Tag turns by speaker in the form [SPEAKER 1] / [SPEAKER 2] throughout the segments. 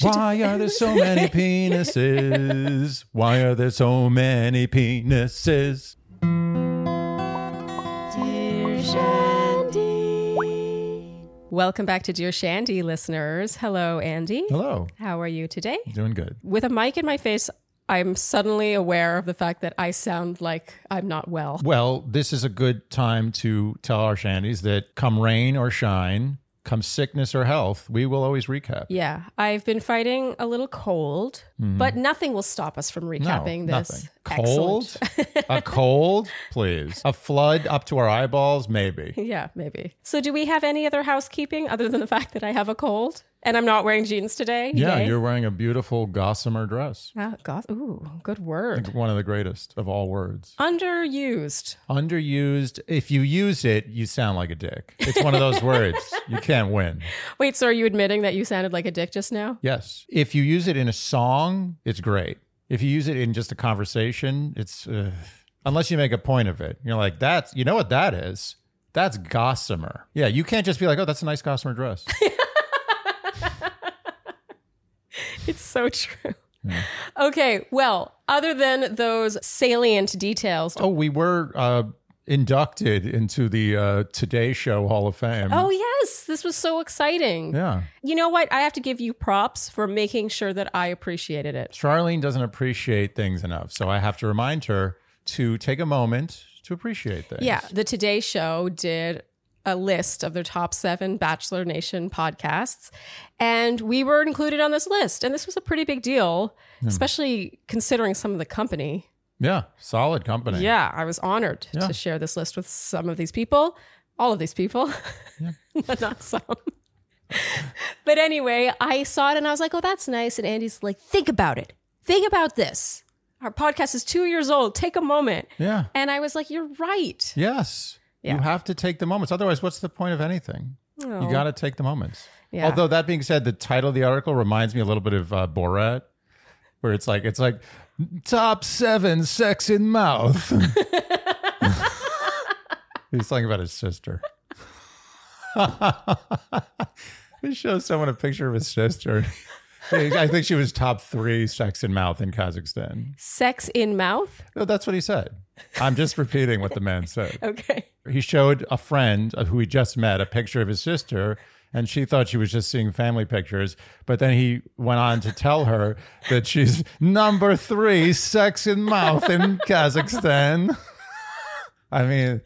[SPEAKER 1] Why are there so many penises? Why are there so many penises?
[SPEAKER 2] Dear Shandy. Welcome back to Dear Shandy, listeners. Hello, Andy.
[SPEAKER 1] Hello.
[SPEAKER 2] How are you today?
[SPEAKER 1] Doing good.
[SPEAKER 2] With a mic in my face, I'm suddenly aware of the fact that I sound like I'm not well.
[SPEAKER 1] Well, this is a good time to tell our shandies that come rain or shine, come sickness or health, we will always recap.
[SPEAKER 2] Yeah, I've been fighting a little cold, but nothing will stop us from
[SPEAKER 1] Mm-hmm.
[SPEAKER 2] recapping
[SPEAKER 1] no,
[SPEAKER 2] this.
[SPEAKER 1] Nothing.
[SPEAKER 2] excellent-
[SPEAKER 1] Cold? a cold? Please. A flood up to our eyeballs? Maybe.
[SPEAKER 2] Yeah, maybe. So, do we have any other housekeeping other than the fact that I have a cold and I'm not wearing jeans today?
[SPEAKER 1] Yeah,
[SPEAKER 2] Yay.
[SPEAKER 1] you're wearing a beautiful gossamer dress.
[SPEAKER 2] Oh, God. Ooh, good word.
[SPEAKER 1] One of the greatest of all words.
[SPEAKER 2] Underused.
[SPEAKER 1] Underused. If you use it, you sound like a dick. It's one of those words. You can't win.
[SPEAKER 2] Wait, so are you admitting that you sounded like a dick just now?
[SPEAKER 1] Yes. If you use it in a song, it's great. If you use it in just a conversation, it's uh, unless you make a point of it. You're like, that's you know what that is? That's gossamer. Yeah, you can't just be like, oh, that's a nice gossamer dress.
[SPEAKER 2] It's so true. Okay, well, other than those salient details.
[SPEAKER 1] oh, we were uh, inducted into the uh, Today Show Hall of Fame.
[SPEAKER 2] Oh, yes, this was so exciting.
[SPEAKER 1] yeah.
[SPEAKER 2] You know what? I have to give you props for making sure that I appreciated it.
[SPEAKER 1] Charlene doesn't appreciate things enough, so I have to remind her to take a moment to appreciate things.
[SPEAKER 2] Yeah, the Today Show did a list of their top seven Bachelor Nation podcasts, and we were included on this list. And this was a pretty big deal, especially considering some of the company.
[SPEAKER 1] Yeah, solid company.
[SPEAKER 2] Yeah, I was honored
[SPEAKER 1] Yeah.
[SPEAKER 2] to share this list with some of these people, all of these people, but not some. but anyway, I saw it and I was like, oh, that's nice. And Andy's like, think about it. Think about this. Our podcast is two years old. Take a moment.
[SPEAKER 1] Yeah.
[SPEAKER 2] And I was like, you're right.
[SPEAKER 1] Yes. You
[SPEAKER 2] Yeah.
[SPEAKER 1] have to take the moments. Otherwise, what's the point of anything?
[SPEAKER 2] Oh.
[SPEAKER 1] You got to take the moments.
[SPEAKER 2] Yeah.
[SPEAKER 1] Although that being said, the title of the article reminds me a little bit of uh, Borat, where it's like it's like top seven sex in mouth. He's talking about his sister. he shows someone a picture of his sister. I think she was top three sex in mouth in Kazakhstan.
[SPEAKER 2] Sex in mouth?
[SPEAKER 1] No, that's what he said. I'm just repeating what the man said.
[SPEAKER 2] Okay.
[SPEAKER 1] He showed a friend of who he just met a picture of his sister, and she thought she was just seeing family pictures. But then he went on to tell her that she's number three sex in mouth in Kazakhstan. I mean,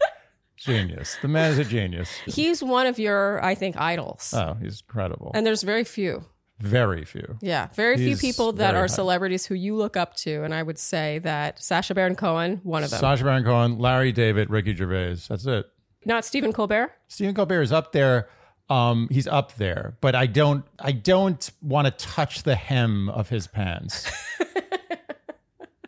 [SPEAKER 1] genius. The man is a genius.
[SPEAKER 2] He's one of your, I think, idols.
[SPEAKER 1] Oh, he's incredible.
[SPEAKER 2] and there's very few.
[SPEAKER 1] Very few.
[SPEAKER 2] Yeah. Very few
[SPEAKER 1] He's
[SPEAKER 2] people that
[SPEAKER 1] very
[SPEAKER 2] are
[SPEAKER 1] high.
[SPEAKER 2] celebrities who you look up to. And I would say that Sasha Baron Cohen, one of them.
[SPEAKER 1] Sasha Baron Cohen, Larry David, Ricky Gervais. That's it.
[SPEAKER 2] Not Stephen Colbert?
[SPEAKER 1] Stephen Colbert is up there. Um, he's up there, but I don't. I don't want to touch the hem of his pants.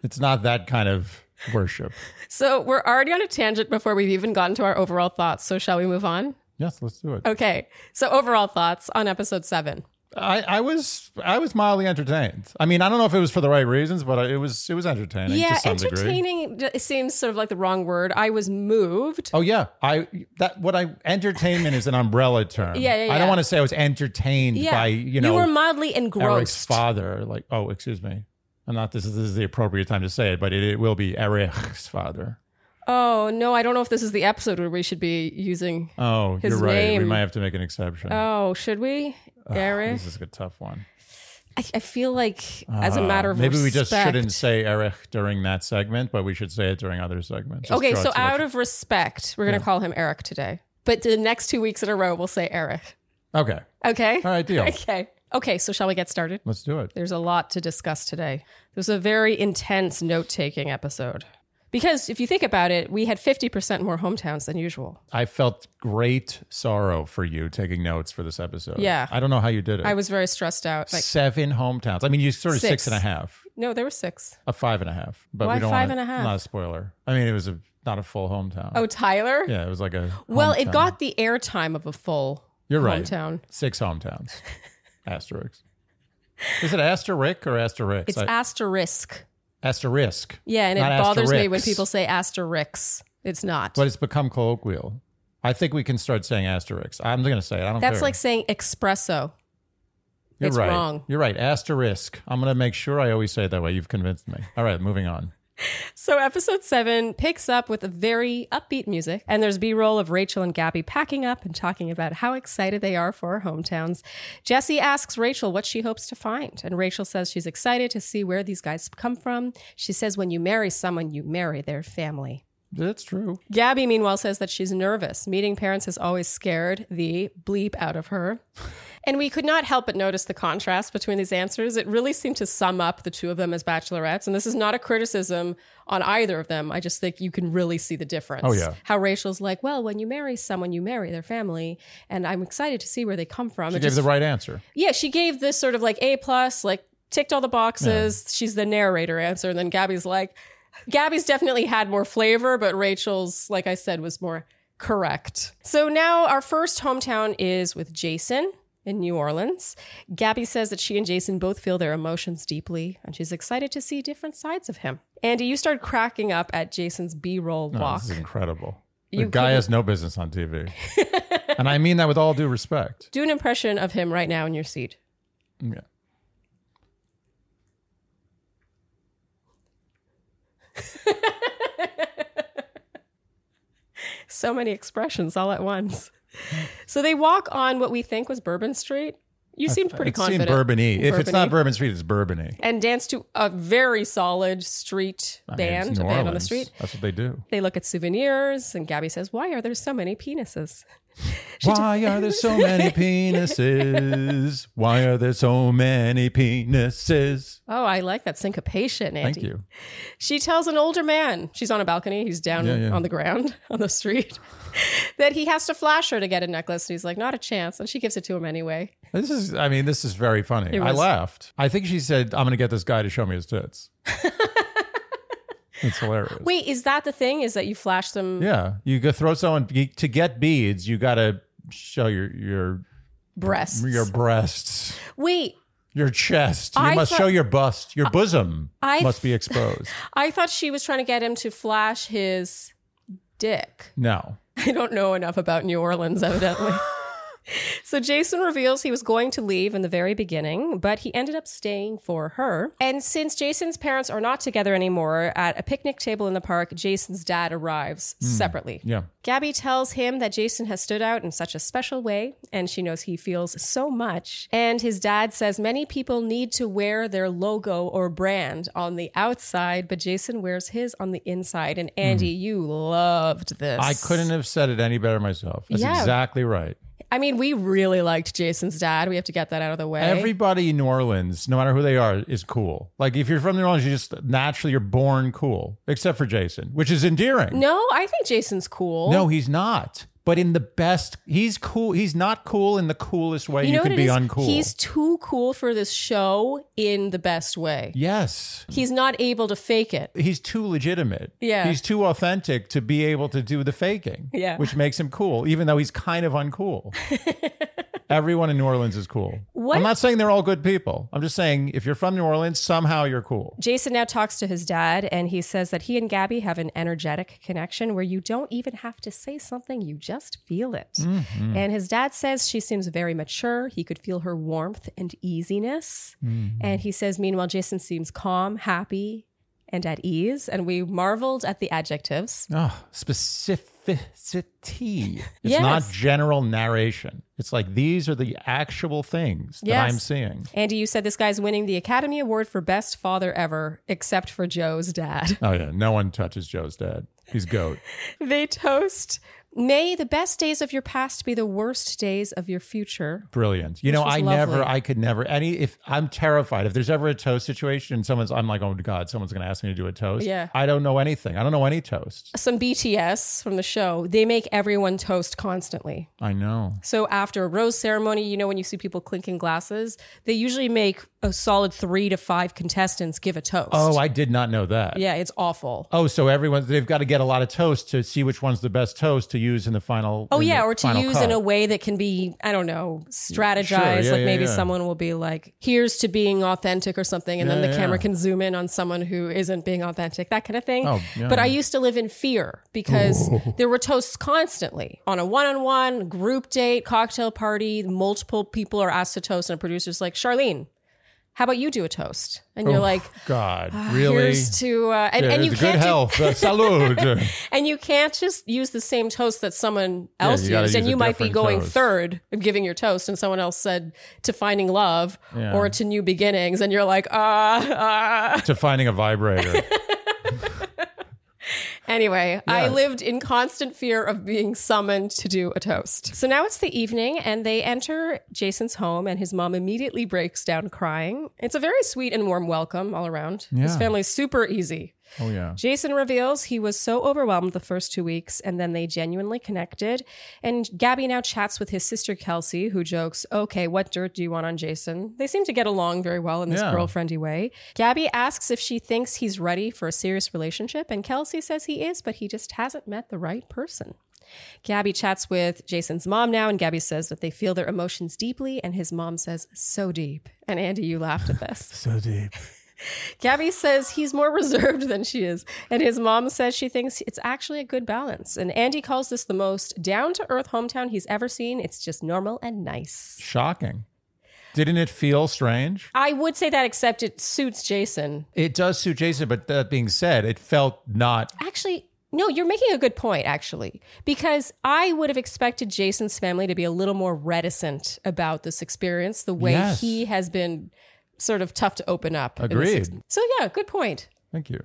[SPEAKER 1] it's not that kind of worship.
[SPEAKER 2] So we're already on a tangent before we've even gotten to our overall thoughts. So shall we move on?
[SPEAKER 1] Yes, let's do it.
[SPEAKER 2] Okay. So overall thoughts on episode seven.
[SPEAKER 1] I, I was I was mildly entertained. I mean, I don't know if it was for the right reasons, but I- it was it was entertaining.
[SPEAKER 2] yeah,
[SPEAKER 1] to some Degree.
[SPEAKER 2] entertaining d- seems sort of like the wrong word. I was moved.
[SPEAKER 1] Oh yeah, I that what I entertainment is an umbrella term.
[SPEAKER 2] Yeah, yeah,
[SPEAKER 1] I
[SPEAKER 2] yeah.
[SPEAKER 1] don't want to say I was entertained
[SPEAKER 2] yeah.
[SPEAKER 1] by you know
[SPEAKER 2] were mildly
[SPEAKER 1] Eric's
[SPEAKER 2] engrossed.
[SPEAKER 1] father, like, oh, excuse me. I'm not, this is, this is the appropriate time to say it, but it, it will be Eric's father.
[SPEAKER 2] Oh no, I don't know if this is the episode where we should be using.
[SPEAKER 1] Oh,
[SPEAKER 2] His
[SPEAKER 1] you're right. We
[SPEAKER 2] name.
[SPEAKER 1] might have to make an exception.
[SPEAKER 2] Oh, should we, Eric?
[SPEAKER 1] This is a tough one.
[SPEAKER 2] I, I feel like as a matter of
[SPEAKER 1] Uh, Maybe we just
[SPEAKER 2] respect-
[SPEAKER 1] shouldn't say Eric during that segment, but we should say it during other segments. Just
[SPEAKER 2] Okay,
[SPEAKER 1] draw
[SPEAKER 2] so
[SPEAKER 1] it to
[SPEAKER 2] out of respect, we're gonna call him Eric today. But the next two weeks in a row, we'll say Eric.
[SPEAKER 1] the- Okay.
[SPEAKER 2] Okay.
[SPEAKER 1] All right, deal.
[SPEAKER 2] Okay. Okay. So shall we get started?
[SPEAKER 1] Let's do it.
[SPEAKER 2] There's a lot to discuss today. There's a very intense note taking episode. Because if you think about it, we had 50% more hometowns than usual.
[SPEAKER 1] I felt great sorrow for you taking notes for this episode.
[SPEAKER 2] Yeah.
[SPEAKER 1] I don't know how you did it.
[SPEAKER 2] I was very stressed out. Like,
[SPEAKER 1] Seven hometowns. I mean, you sort of
[SPEAKER 2] Six.
[SPEAKER 1] six and a half.
[SPEAKER 2] no, there were six.
[SPEAKER 1] A five and a half. But
[SPEAKER 2] Why
[SPEAKER 1] we don't
[SPEAKER 2] five
[SPEAKER 1] wanna-
[SPEAKER 2] and a half?
[SPEAKER 1] Not a spoiler. I mean, it was a not a full hometown.
[SPEAKER 2] Oh, Tyler?
[SPEAKER 1] Yeah, it was like a.
[SPEAKER 2] Well,
[SPEAKER 1] hometown.
[SPEAKER 2] it got the airtime of a full
[SPEAKER 1] You're right.
[SPEAKER 2] hometown.
[SPEAKER 1] six hometowns. Asterix. Is it asterisk or asterix?
[SPEAKER 2] It's
[SPEAKER 1] I-
[SPEAKER 2] asterisk.
[SPEAKER 1] asterisk.
[SPEAKER 2] Yeah, and it
[SPEAKER 1] Not
[SPEAKER 2] bothers me when
[SPEAKER 1] asterisks.
[SPEAKER 2] people say asterisks. It's not.
[SPEAKER 1] But it's become colloquial. I think we can start saying asterix. I'm going to say it. I don't
[SPEAKER 2] That's
[SPEAKER 1] care.
[SPEAKER 2] like saying espresso.
[SPEAKER 1] You're
[SPEAKER 2] it's
[SPEAKER 1] right.
[SPEAKER 2] wrong.
[SPEAKER 1] You're right. Asterisk. I'm going to make sure I always say it that way. You've convinced me. All right, moving on.
[SPEAKER 2] So episode seven picks up with a very upbeat music, and there's B-roll of Rachel and Gabby packing up and talking about how excited they are for our hometowns. Jesse asks Rachel what she hopes to find, and Rachel says she's excited to see where these guys come from. She says when you marry someone, you marry their family.
[SPEAKER 1] That's true.
[SPEAKER 2] Gabby, meanwhile, says that she's nervous. Meeting parents has always scared the bleep out of her. And we could not help but notice the contrast between these answers. It really seemed to sum up the two of them as bachelorettes. And this is not a criticism on either of them. I just think you can really see the difference.
[SPEAKER 1] Oh, yeah.
[SPEAKER 2] How Rachel's like, well, when you marry someone, you marry their family. And I'm excited to see where they come from.
[SPEAKER 1] She
[SPEAKER 2] It
[SPEAKER 1] gave
[SPEAKER 2] just-
[SPEAKER 1] the right answer.
[SPEAKER 2] yeah, she gave this sort of like A plus, like ticked all the boxes. She's the narrator answer. And then Gabby's like, Gabby's definitely had more flavor, but Rachel's, like I said, was more correct. So now our first hometown is with Jason in New Orleans. Gabby says that she and Jason both feel their emotions deeply, and she's excited to see different sides of him. Andy, you started cracking up at Jason's B roll
[SPEAKER 1] No,
[SPEAKER 2] walk.
[SPEAKER 1] Oh, This is incredible. The
[SPEAKER 2] You
[SPEAKER 1] guy
[SPEAKER 2] couldn't-
[SPEAKER 1] has no business on TV. and I mean that with all due respect.
[SPEAKER 2] Do an impression of him right now in your seat.
[SPEAKER 1] Yeah.
[SPEAKER 2] so many expressions all at once. So they walk on what we think was Bourbon Street. You seemed pretty
[SPEAKER 1] It seemed
[SPEAKER 2] confident.
[SPEAKER 1] bourbony. If it's not
[SPEAKER 2] Bourbony.
[SPEAKER 1] Bourbon Street, it's bourbony.
[SPEAKER 2] And dance to a very solid street
[SPEAKER 1] I mean, it's
[SPEAKER 2] band,
[SPEAKER 1] New
[SPEAKER 2] a band on the
[SPEAKER 1] Orleans.
[SPEAKER 2] street.
[SPEAKER 1] That's what they do.
[SPEAKER 2] They look at souvenirs, and Gabby says, Why are there so many penises?
[SPEAKER 1] Why are there so many penises? Why are there so many penises?
[SPEAKER 2] Oh, I like that syncopation, Andy.
[SPEAKER 1] Thank you.
[SPEAKER 2] She tells an older man, she's on a balcony, he's down
[SPEAKER 1] Yeah, yeah.
[SPEAKER 2] on the ground on the street, that he has to flash her to get a necklace. And he's like, Not a chance. And she gives it to him anyway.
[SPEAKER 1] This is, I mean, this is very funny.
[SPEAKER 2] It
[SPEAKER 1] I
[SPEAKER 2] was-
[SPEAKER 1] laughed. I think she said, I'm going to get this guy to show me his tits. it's hilarious.
[SPEAKER 2] Wait, is that the thing? Is that you flash them
[SPEAKER 1] Yeah. You go throw someone you, to get beads, you got to show your, your,
[SPEAKER 2] breasts?
[SPEAKER 1] your breasts,
[SPEAKER 2] Wait,
[SPEAKER 1] your chest. You
[SPEAKER 2] I
[SPEAKER 1] must
[SPEAKER 2] thought-
[SPEAKER 1] show your bust. Your bosom
[SPEAKER 2] I-
[SPEAKER 1] must be exposed.
[SPEAKER 2] I thought she was trying to get him to flash his dick.
[SPEAKER 1] No.
[SPEAKER 2] I don't know enough about New Orleans, evidently. so Jason reveals he was going to leave in the very beginning, but he ended up staying for her. And since Jason's parents are not together anymore, at a picnic table in the park, Jason's dad arrives separately.
[SPEAKER 1] Yeah.
[SPEAKER 2] Gabby tells him that Jason has stood out in such a special way, and she knows he feels so much. And his dad says many people need to wear their logo or brand on the outside, but Jason wears his on the inside. And Andy, you loved this.
[SPEAKER 1] Hmm. I couldn't have said it any better myself. That's
[SPEAKER 2] Yeah.
[SPEAKER 1] exactly right.
[SPEAKER 2] I mean, we really liked Jason's dad. We have to get that out of the way.
[SPEAKER 1] Everybody in New Orleans, no matter who they are, is cool. Like if you're from New Orleans, you just naturally you're born cool, except for Jason, which is endearing.
[SPEAKER 2] no, I think Jason's cool.
[SPEAKER 1] No, he's not. But in the best, he's cool. He's not cool in the coolest way you,
[SPEAKER 2] you know
[SPEAKER 1] can
[SPEAKER 2] what
[SPEAKER 1] be
[SPEAKER 2] it is?
[SPEAKER 1] uncool.
[SPEAKER 2] He's too cool for this show in the best way.
[SPEAKER 1] yes,
[SPEAKER 2] He's not able to fake it.
[SPEAKER 1] he's too legitimate.
[SPEAKER 2] Yeah.
[SPEAKER 1] he's too authentic to be able to do the faking.
[SPEAKER 2] Yeah.
[SPEAKER 1] which makes him cool, even though he's kind of uncool. Everyone in New Orleans is cool.
[SPEAKER 2] What-
[SPEAKER 1] I'm not saying they're all good people. I'm just saying if you're from New Orleans, somehow you're cool.
[SPEAKER 2] Jason now talks to his dad, and he says that he and Gabby have an energetic connection where you don't even have to say something, you just feel it. And his dad says she seems very mature. He could feel her warmth and easiness. And he says, meanwhile, Jason seems calm, happy, and at ease. And we marveled at the adjectives.
[SPEAKER 1] Oh, specificity. It's
[SPEAKER 2] Yes.
[SPEAKER 1] not general narration. It's like these are the actual things that
[SPEAKER 2] Yes.
[SPEAKER 1] I'm seeing.
[SPEAKER 2] Andy, you said this guy's winning the Academy Award for Best Father Ever, except for Joe's dad.
[SPEAKER 1] Oh yeah, no one touches Joe's dad. He's goat.
[SPEAKER 2] they toast. May the best days of your past be the worst days of your future.
[SPEAKER 1] Brilliant. You know,
[SPEAKER 2] was
[SPEAKER 1] I never,
[SPEAKER 2] lovely.
[SPEAKER 1] I could never. Any, if I'm terrified, if there's ever a toast situation, and someone's, I'm like, oh god, someone's going to ask me to do a toast.
[SPEAKER 2] Yeah.
[SPEAKER 1] I don't know anything. I don't know any toast.
[SPEAKER 2] Some BTS from the show, they make everyone toast constantly.
[SPEAKER 1] I know.
[SPEAKER 2] So after a rose ceremony, you know, when you see people clinking glasses, they usually make a solid three to five contestants give a toast.
[SPEAKER 1] Oh, I did not know that.
[SPEAKER 2] yeah, it's awful.
[SPEAKER 1] Oh, so everyone, they've got to get a lot of toast to see which one's the best toast to to use in the final.
[SPEAKER 2] Oh
[SPEAKER 1] in
[SPEAKER 2] yeah,
[SPEAKER 1] the
[SPEAKER 2] or to
[SPEAKER 1] final
[SPEAKER 2] use
[SPEAKER 1] cut.
[SPEAKER 2] in a way that can be, I don't know, strategized.
[SPEAKER 1] yeah,
[SPEAKER 2] like
[SPEAKER 1] yeah,
[SPEAKER 2] maybe
[SPEAKER 1] yeah.
[SPEAKER 2] someone will be like, "Here's to being authentic" or something, and then
[SPEAKER 1] Yeah,
[SPEAKER 2] the
[SPEAKER 1] yeah.
[SPEAKER 2] camera can zoom in on someone who isn't being authentic, that kind of thing.
[SPEAKER 1] Oh, yeah.
[SPEAKER 2] But I used to live in fear because there were toasts constantly on a one-on-one group date, cocktail party. Multiple people are asked to toast, and a producer's like, "Charlene, how about you do a toast?" And you're like.
[SPEAKER 1] Oh,
[SPEAKER 2] "Ah,
[SPEAKER 1] God, really?
[SPEAKER 2] Here's to uh, and,
[SPEAKER 1] Yeah,
[SPEAKER 2] and you
[SPEAKER 1] it's
[SPEAKER 2] can't
[SPEAKER 1] good
[SPEAKER 2] do-
[SPEAKER 1] health. Uh, salud.
[SPEAKER 2] and you can't just use the same toast that someone else
[SPEAKER 1] you gotta
[SPEAKER 2] used. And
[SPEAKER 1] use a
[SPEAKER 2] you might be
[SPEAKER 1] different
[SPEAKER 2] going
[SPEAKER 1] toast.
[SPEAKER 2] third of giving your toast, and someone else said to finding love
[SPEAKER 1] Yeah.
[SPEAKER 2] or to new beginnings. And you're like, ah. Uh,
[SPEAKER 1] to finding a vibrator.
[SPEAKER 2] Anyway, I
[SPEAKER 1] Yeah.
[SPEAKER 2] lived in constant fear of being summoned to do a toast. So now it's the evening, and they enter Jason's home, and his mom immediately breaks down crying. It's a very sweet and warm welcome all around. His
[SPEAKER 1] Yeah.
[SPEAKER 2] family's super easy.
[SPEAKER 1] Oh yeah.
[SPEAKER 2] Jason reveals he was so overwhelmed the first two weeks and then they genuinely connected. And Gabby now chats with his sister Kelsey, who jokes, Okay, what dirt do you want on Jason? They seem to get along very well in this
[SPEAKER 1] Yeah.
[SPEAKER 2] girl friendly way. Gabby asks if she thinks he's ready for a serious relationship, and Kelsey says he is, but he just hasn't met the right person. Gabby chats with Jason's mom now, and Gabby says that they feel their emotions deeply, and his mom says, so deep. And Andy, you laughed at this.
[SPEAKER 1] So deep.
[SPEAKER 2] Gabby says he's more reserved than she is, and his mom says she thinks it's actually a good balance. And Andy calls this the most down to earth hometown he's ever seen. It's just normal and nice.
[SPEAKER 1] Shocking. Didn't it feel strange?
[SPEAKER 2] I would say that, except it suits Jason.
[SPEAKER 1] It does suit Jason, but that being said, it felt not.
[SPEAKER 2] Actually, no, you're making a good point, actually, because I would have expected Jason's family to be a little more reticent about this experience, the way
[SPEAKER 1] Yes.
[SPEAKER 2] he has been sort of tough to open up. in this
[SPEAKER 1] Agreed.
[SPEAKER 2] season. So, yeah, good point.
[SPEAKER 1] Thank you.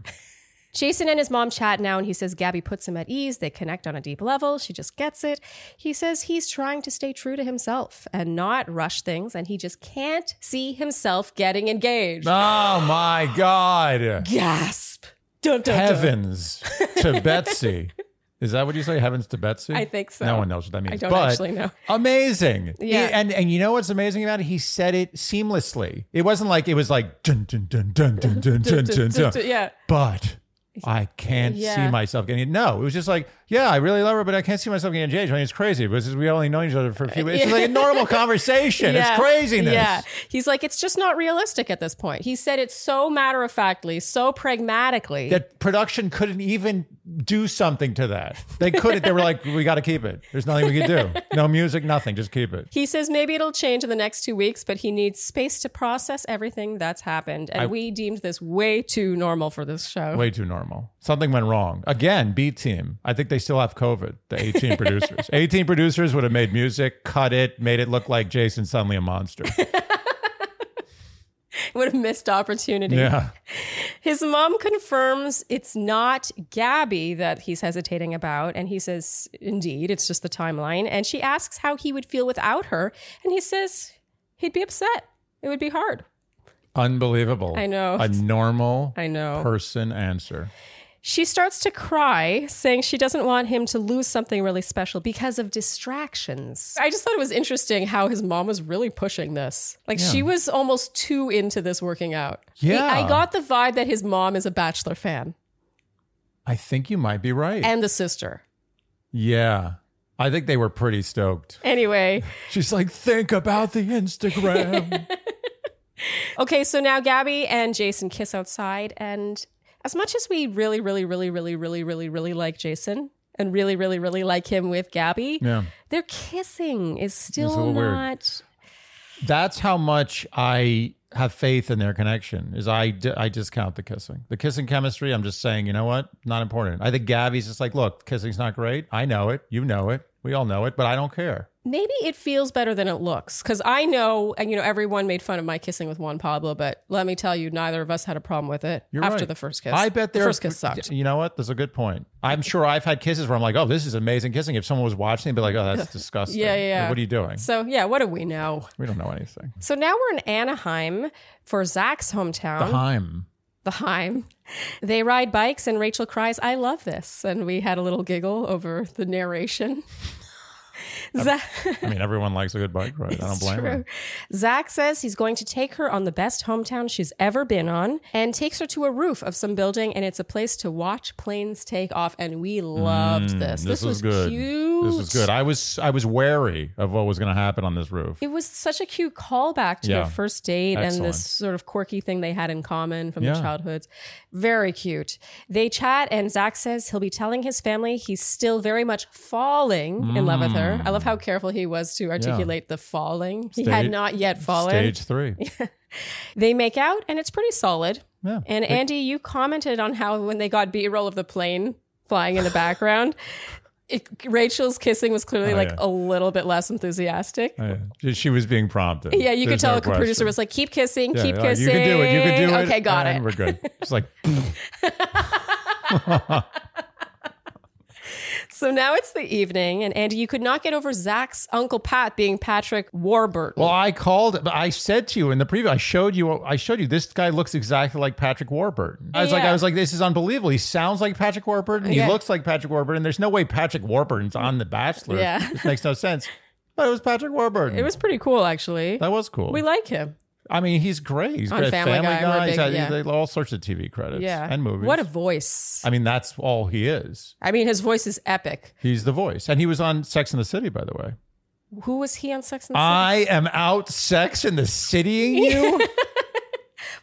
[SPEAKER 2] Jason and his mom chat now, and he says Gabby puts him at ease. They connect on a deep level. She just gets it. He says he's trying to stay true to himself and not rush things, and he just can't see himself getting engaged.
[SPEAKER 1] Oh my God.
[SPEAKER 2] Gasp! Dun, dun, dun.
[SPEAKER 1] Heavens to Betsy. Is that what you say? Heavens to Betsy?
[SPEAKER 2] I think so.
[SPEAKER 1] No one knows what that means.
[SPEAKER 2] I don't
[SPEAKER 1] but
[SPEAKER 2] actually know.
[SPEAKER 1] Amazing.
[SPEAKER 2] Yeah.
[SPEAKER 1] He- and and you know what's amazing about it? He said it seamlessly. It wasn't like it was like dun dun dun dun dun dun dun dun dun.
[SPEAKER 2] Yeah.
[SPEAKER 1] But I can't
[SPEAKER 2] Yeah.
[SPEAKER 1] see myself getting no. It was just like, yeah, I really love her, but I can't see myself getting engaged. I mean, it's crazy because we only know each other for a few. It's
[SPEAKER 2] yeah.
[SPEAKER 1] like a normal conversation.
[SPEAKER 2] Yeah.
[SPEAKER 1] It's craziness.
[SPEAKER 2] Yeah. He's like, it's just not realistic at this point. He said it so matter of factly, so pragmatically.
[SPEAKER 1] that production couldn't even do something to that. They couldn't. they were like, we got to keep it. There's nothing we can do. No music, nothing. Just keep it.
[SPEAKER 2] He says maybe it'll change in the next two weeks, but he needs space to process everything that's happened. And we deemed this way too normal for this show.
[SPEAKER 1] Way too normal. Something went wrong. Again, B team. I think they still have COVID, the 18 producers. 18 producers would have made music, cut it, made it look like Jason suddenly a monster.
[SPEAKER 2] Would have missed opportunity.
[SPEAKER 1] Yeah.
[SPEAKER 2] His mom confirms it's not Gabby that he's hesitating about. And he says, indeed, it's just the timeline. And she asks how he would feel without her. And he says he'd be upset. It would be hard.
[SPEAKER 1] Unbelievable.
[SPEAKER 2] I know.
[SPEAKER 1] A normal
[SPEAKER 2] I know.
[SPEAKER 1] person answer.
[SPEAKER 2] She starts to cry, saying she doesn't want him to lose something really special because of distractions. I just thought it was interesting how his mom was really pushing this. Like she was almost too into this working out. He-
[SPEAKER 1] Yeah.
[SPEAKER 2] I got the vibe that his mom is a Bachelor fan
[SPEAKER 1] I think you might be right.
[SPEAKER 2] and the sister.
[SPEAKER 1] yeah. I think they were pretty stoked.
[SPEAKER 2] Anyway,
[SPEAKER 1] She's like, think about the Instagram.
[SPEAKER 2] okay, so now Gabby and Jason kiss outside. And as much as we really, really, really, really, really, really, really like Jason and really, really, really like him with Gabby,
[SPEAKER 1] yeah.
[SPEAKER 2] their kissing is still
[SPEAKER 1] little weird.
[SPEAKER 2] not.
[SPEAKER 1] that's how much I have faith in their connection is I, d- I discount the kissing the kissing chemistry i'm just saying you know what not important i think gabby's just like look kissing's not great i know it you know it we all know it but i don't care
[SPEAKER 2] Maybe it feels better than it looks because I know, and you know, everyone made fun of my kissing with Juan Pablo, but let me tell you, neither of us had a problem with it
[SPEAKER 1] You're
[SPEAKER 2] after
[SPEAKER 1] right.
[SPEAKER 2] the first kiss.
[SPEAKER 1] i bet
[SPEAKER 2] the
[SPEAKER 1] their
[SPEAKER 2] first kiss sucked.
[SPEAKER 1] you know what that's a good point i'm sure i've had kisses where i'm like oh this is amazing kissing if someone was watching they'd be like oh that's disgusting
[SPEAKER 2] Yeah, yeah, yeah.
[SPEAKER 1] what are you doing
[SPEAKER 2] So yeah, what do we know?
[SPEAKER 1] we don't know anything
[SPEAKER 2] So now we're in Anaheim for Zach's hometown,
[SPEAKER 1] the heim
[SPEAKER 2] the Heim. They ride bikes, and Rachel cries, "I love this," and we had a little giggle over the narration. Zach,
[SPEAKER 1] I mean, everyone likes a good bike ride. I don't blame her.
[SPEAKER 2] Zach says he's going to take her on the best hometown she's ever been on and takes her to a roof of some building and it's a place to watch planes take off and we loved this.
[SPEAKER 1] Mm, This, was
[SPEAKER 2] was
[SPEAKER 1] good.
[SPEAKER 2] cute.
[SPEAKER 1] This was good. I was I was wary of what was going to happen on this roof.
[SPEAKER 2] It was such a cute callback to their
[SPEAKER 1] Yeah.
[SPEAKER 2] first date and
[SPEAKER 1] Excellent.
[SPEAKER 2] this sort of quirky thing they had in common from their
[SPEAKER 1] Yeah.
[SPEAKER 2] childhoods. Very cute. They chat, and Zach says he'll be telling his family he's still very much falling in love with her. I
[SPEAKER 1] Mm.
[SPEAKER 2] love how careful he was to articulate the falling. he had
[SPEAKER 1] Stage-
[SPEAKER 2] not yet fallen.
[SPEAKER 1] Stage three.
[SPEAKER 2] They make out, and it's pretty solid.
[SPEAKER 1] Yeah.
[SPEAKER 2] And Andy, you commented on how when they got B roll of the plane flying in the background, it, Rachel's kissing was clearly
[SPEAKER 1] Oh,
[SPEAKER 2] like
[SPEAKER 1] yeah.
[SPEAKER 2] a little bit less enthusiastic.
[SPEAKER 1] Oh, Yeah. she was being prompted.
[SPEAKER 2] Yeah, you could
[SPEAKER 1] There's
[SPEAKER 2] tell
[SPEAKER 1] no
[SPEAKER 2] a producer
[SPEAKER 1] question.
[SPEAKER 2] was like, keep kissing,
[SPEAKER 1] Yeah,
[SPEAKER 2] keep
[SPEAKER 1] like,
[SPEAKER 2] kissing.
[SPEAKER 1] You can do it. You can do it.
[SPEAKER 2] Okay, got
[SPEAKER 1] and
[SPEAKER 2] it.
[SPEAKER 1] We're good. It's like
[SPEAKER 2] So now it's the evening, and Andy, you could not get over Zach's Uncle Pat being Patrick Warburton.
[SPEAKER 1] Well, I called. I said to you in the preview. I showed you. I showed you. This guy looks exactly like Patrick Warburton. I was like,
[SPEAKER 2] Yeah.
[SPEAKER 1] I was like, this is unbelievable. He sounds like Patrick Warburton.
[SPEAKER 2] Yeah.
[SPEAKER 1] He looks like Patrick Warburton. There's no way Patrick Warburton's on The Bachelor.
[SPEAKER 2] Yeah.
[SPEAKER 1] this makes no sense. But it was Patrick Warburton.
[SPEAKER 2] it was pretty cool, actually.
[SPEAKER 1] that was cool.
[SPEAKER 2] We like him.
[SPEAKER 1] I mean, he's great. He's
[SPEAKER 2] On
[SPEAKER 1] great.
[SPEAKER 2] Family Guy, we're
[SPEAKER 1] He's
[SPEAKER 2] big-
[SPEAKER 1] had-
[SPEAKER 2] yeah.
[SPEAKER 1] he's had all sorts of TV credits.
[SPEAKER 2] Yeah.
[SPEAKER 1] and movies.
[SPEAKER 2] What a voice.
[SPEAKER 1] I mean, that's all he is.
[SPEAKER 2] I mean, his voice is epic.
[SPEAKER 1] He's the voice, and he was on Sex and the City, by the way.
[SPEAKER 2] Who was he on Sex and the City?
[SPEAKER 1] I am out Sex and the Citying you. Uh,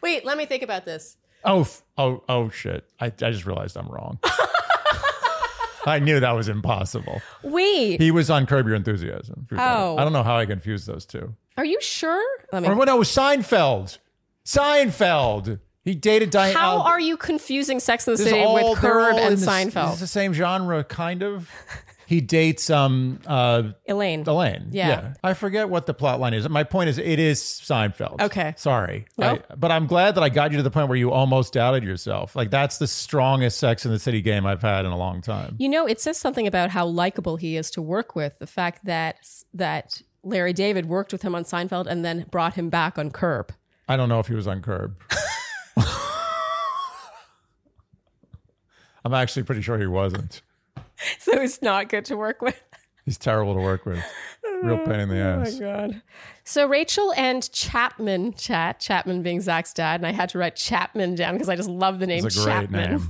[SPEAKER 2] Wait, let me think about this.
[SPEAKER 1] Oh, f- oh, oh, shit. I, I just realized I'm wrong. I knew that was impossible.
[SPEAKER 2] Wait,
[SPEAKER 1] He was on Curb Your Enthusiasm.
[SPEAKER 2] Oh.
[SPEAKER 1] I don't know how I confused those two.
[SPEAKER 2] are you sure? Let me.
[SPEAKER 1] Or, no, Seinfeld. Seinfeld. He dated Diane.
[SPEAKER 2] How
[SPEAKER 1] Al-
[SPEAKER 2] are you confusing Sex and the
[SPEAKER 1] This is
[SPEAKER 2] City
[SPEAKER 1] all-
[SPEAKER 2] with
[SPEAKER 1] they're
[SPEAKER 2] Curb
[SPEAKER 1] all
[SPEAKER 2] and
[SPEAKER 1] in the s-
[SPEAKER 2] Seinfeld?
[SPEAKER 1] This is the same genre, kind of. He dates um uh
[SPEAKER 2] Elaine.
[SPEAKER 1] Elaine.
[SPEAKER 2] Yeah.
[SPEAKER 1] I forget what the plot line is. My point is it is Seinfeld.
[SPEAKER 2] Okay.
[SPEAKER 1] Sorry.
[SPEAKER 2] Nope.
[SPEAKER 1] I- but I'm glad that I got you to the point where you almost doubted yourself. Like that's the strongest sex in the city game I've had in a long time.
[SPEAKER 2] You know, it says something about how likable he is to work with. The fact that that Larry David worked with him on Seinfeld and then brought him back on Curb.
[SPEAKER 1] I don't know if he was on curb. I'm actually pretty sure he wasn't.
[SPEAKER 2] So he's not good to work with.
[SPEAKER 1] He's terrible to work with. Real pain in the ass.
[SPEAKER 2] Oh god. So Rachel and Chapman chat, Chapman being Zach's dad, and I had to write Chapman down because I just love the name
[SPEAKER 1] It's a great
[SPEAKER 2] Chapman.
[SPEAKER 1] name.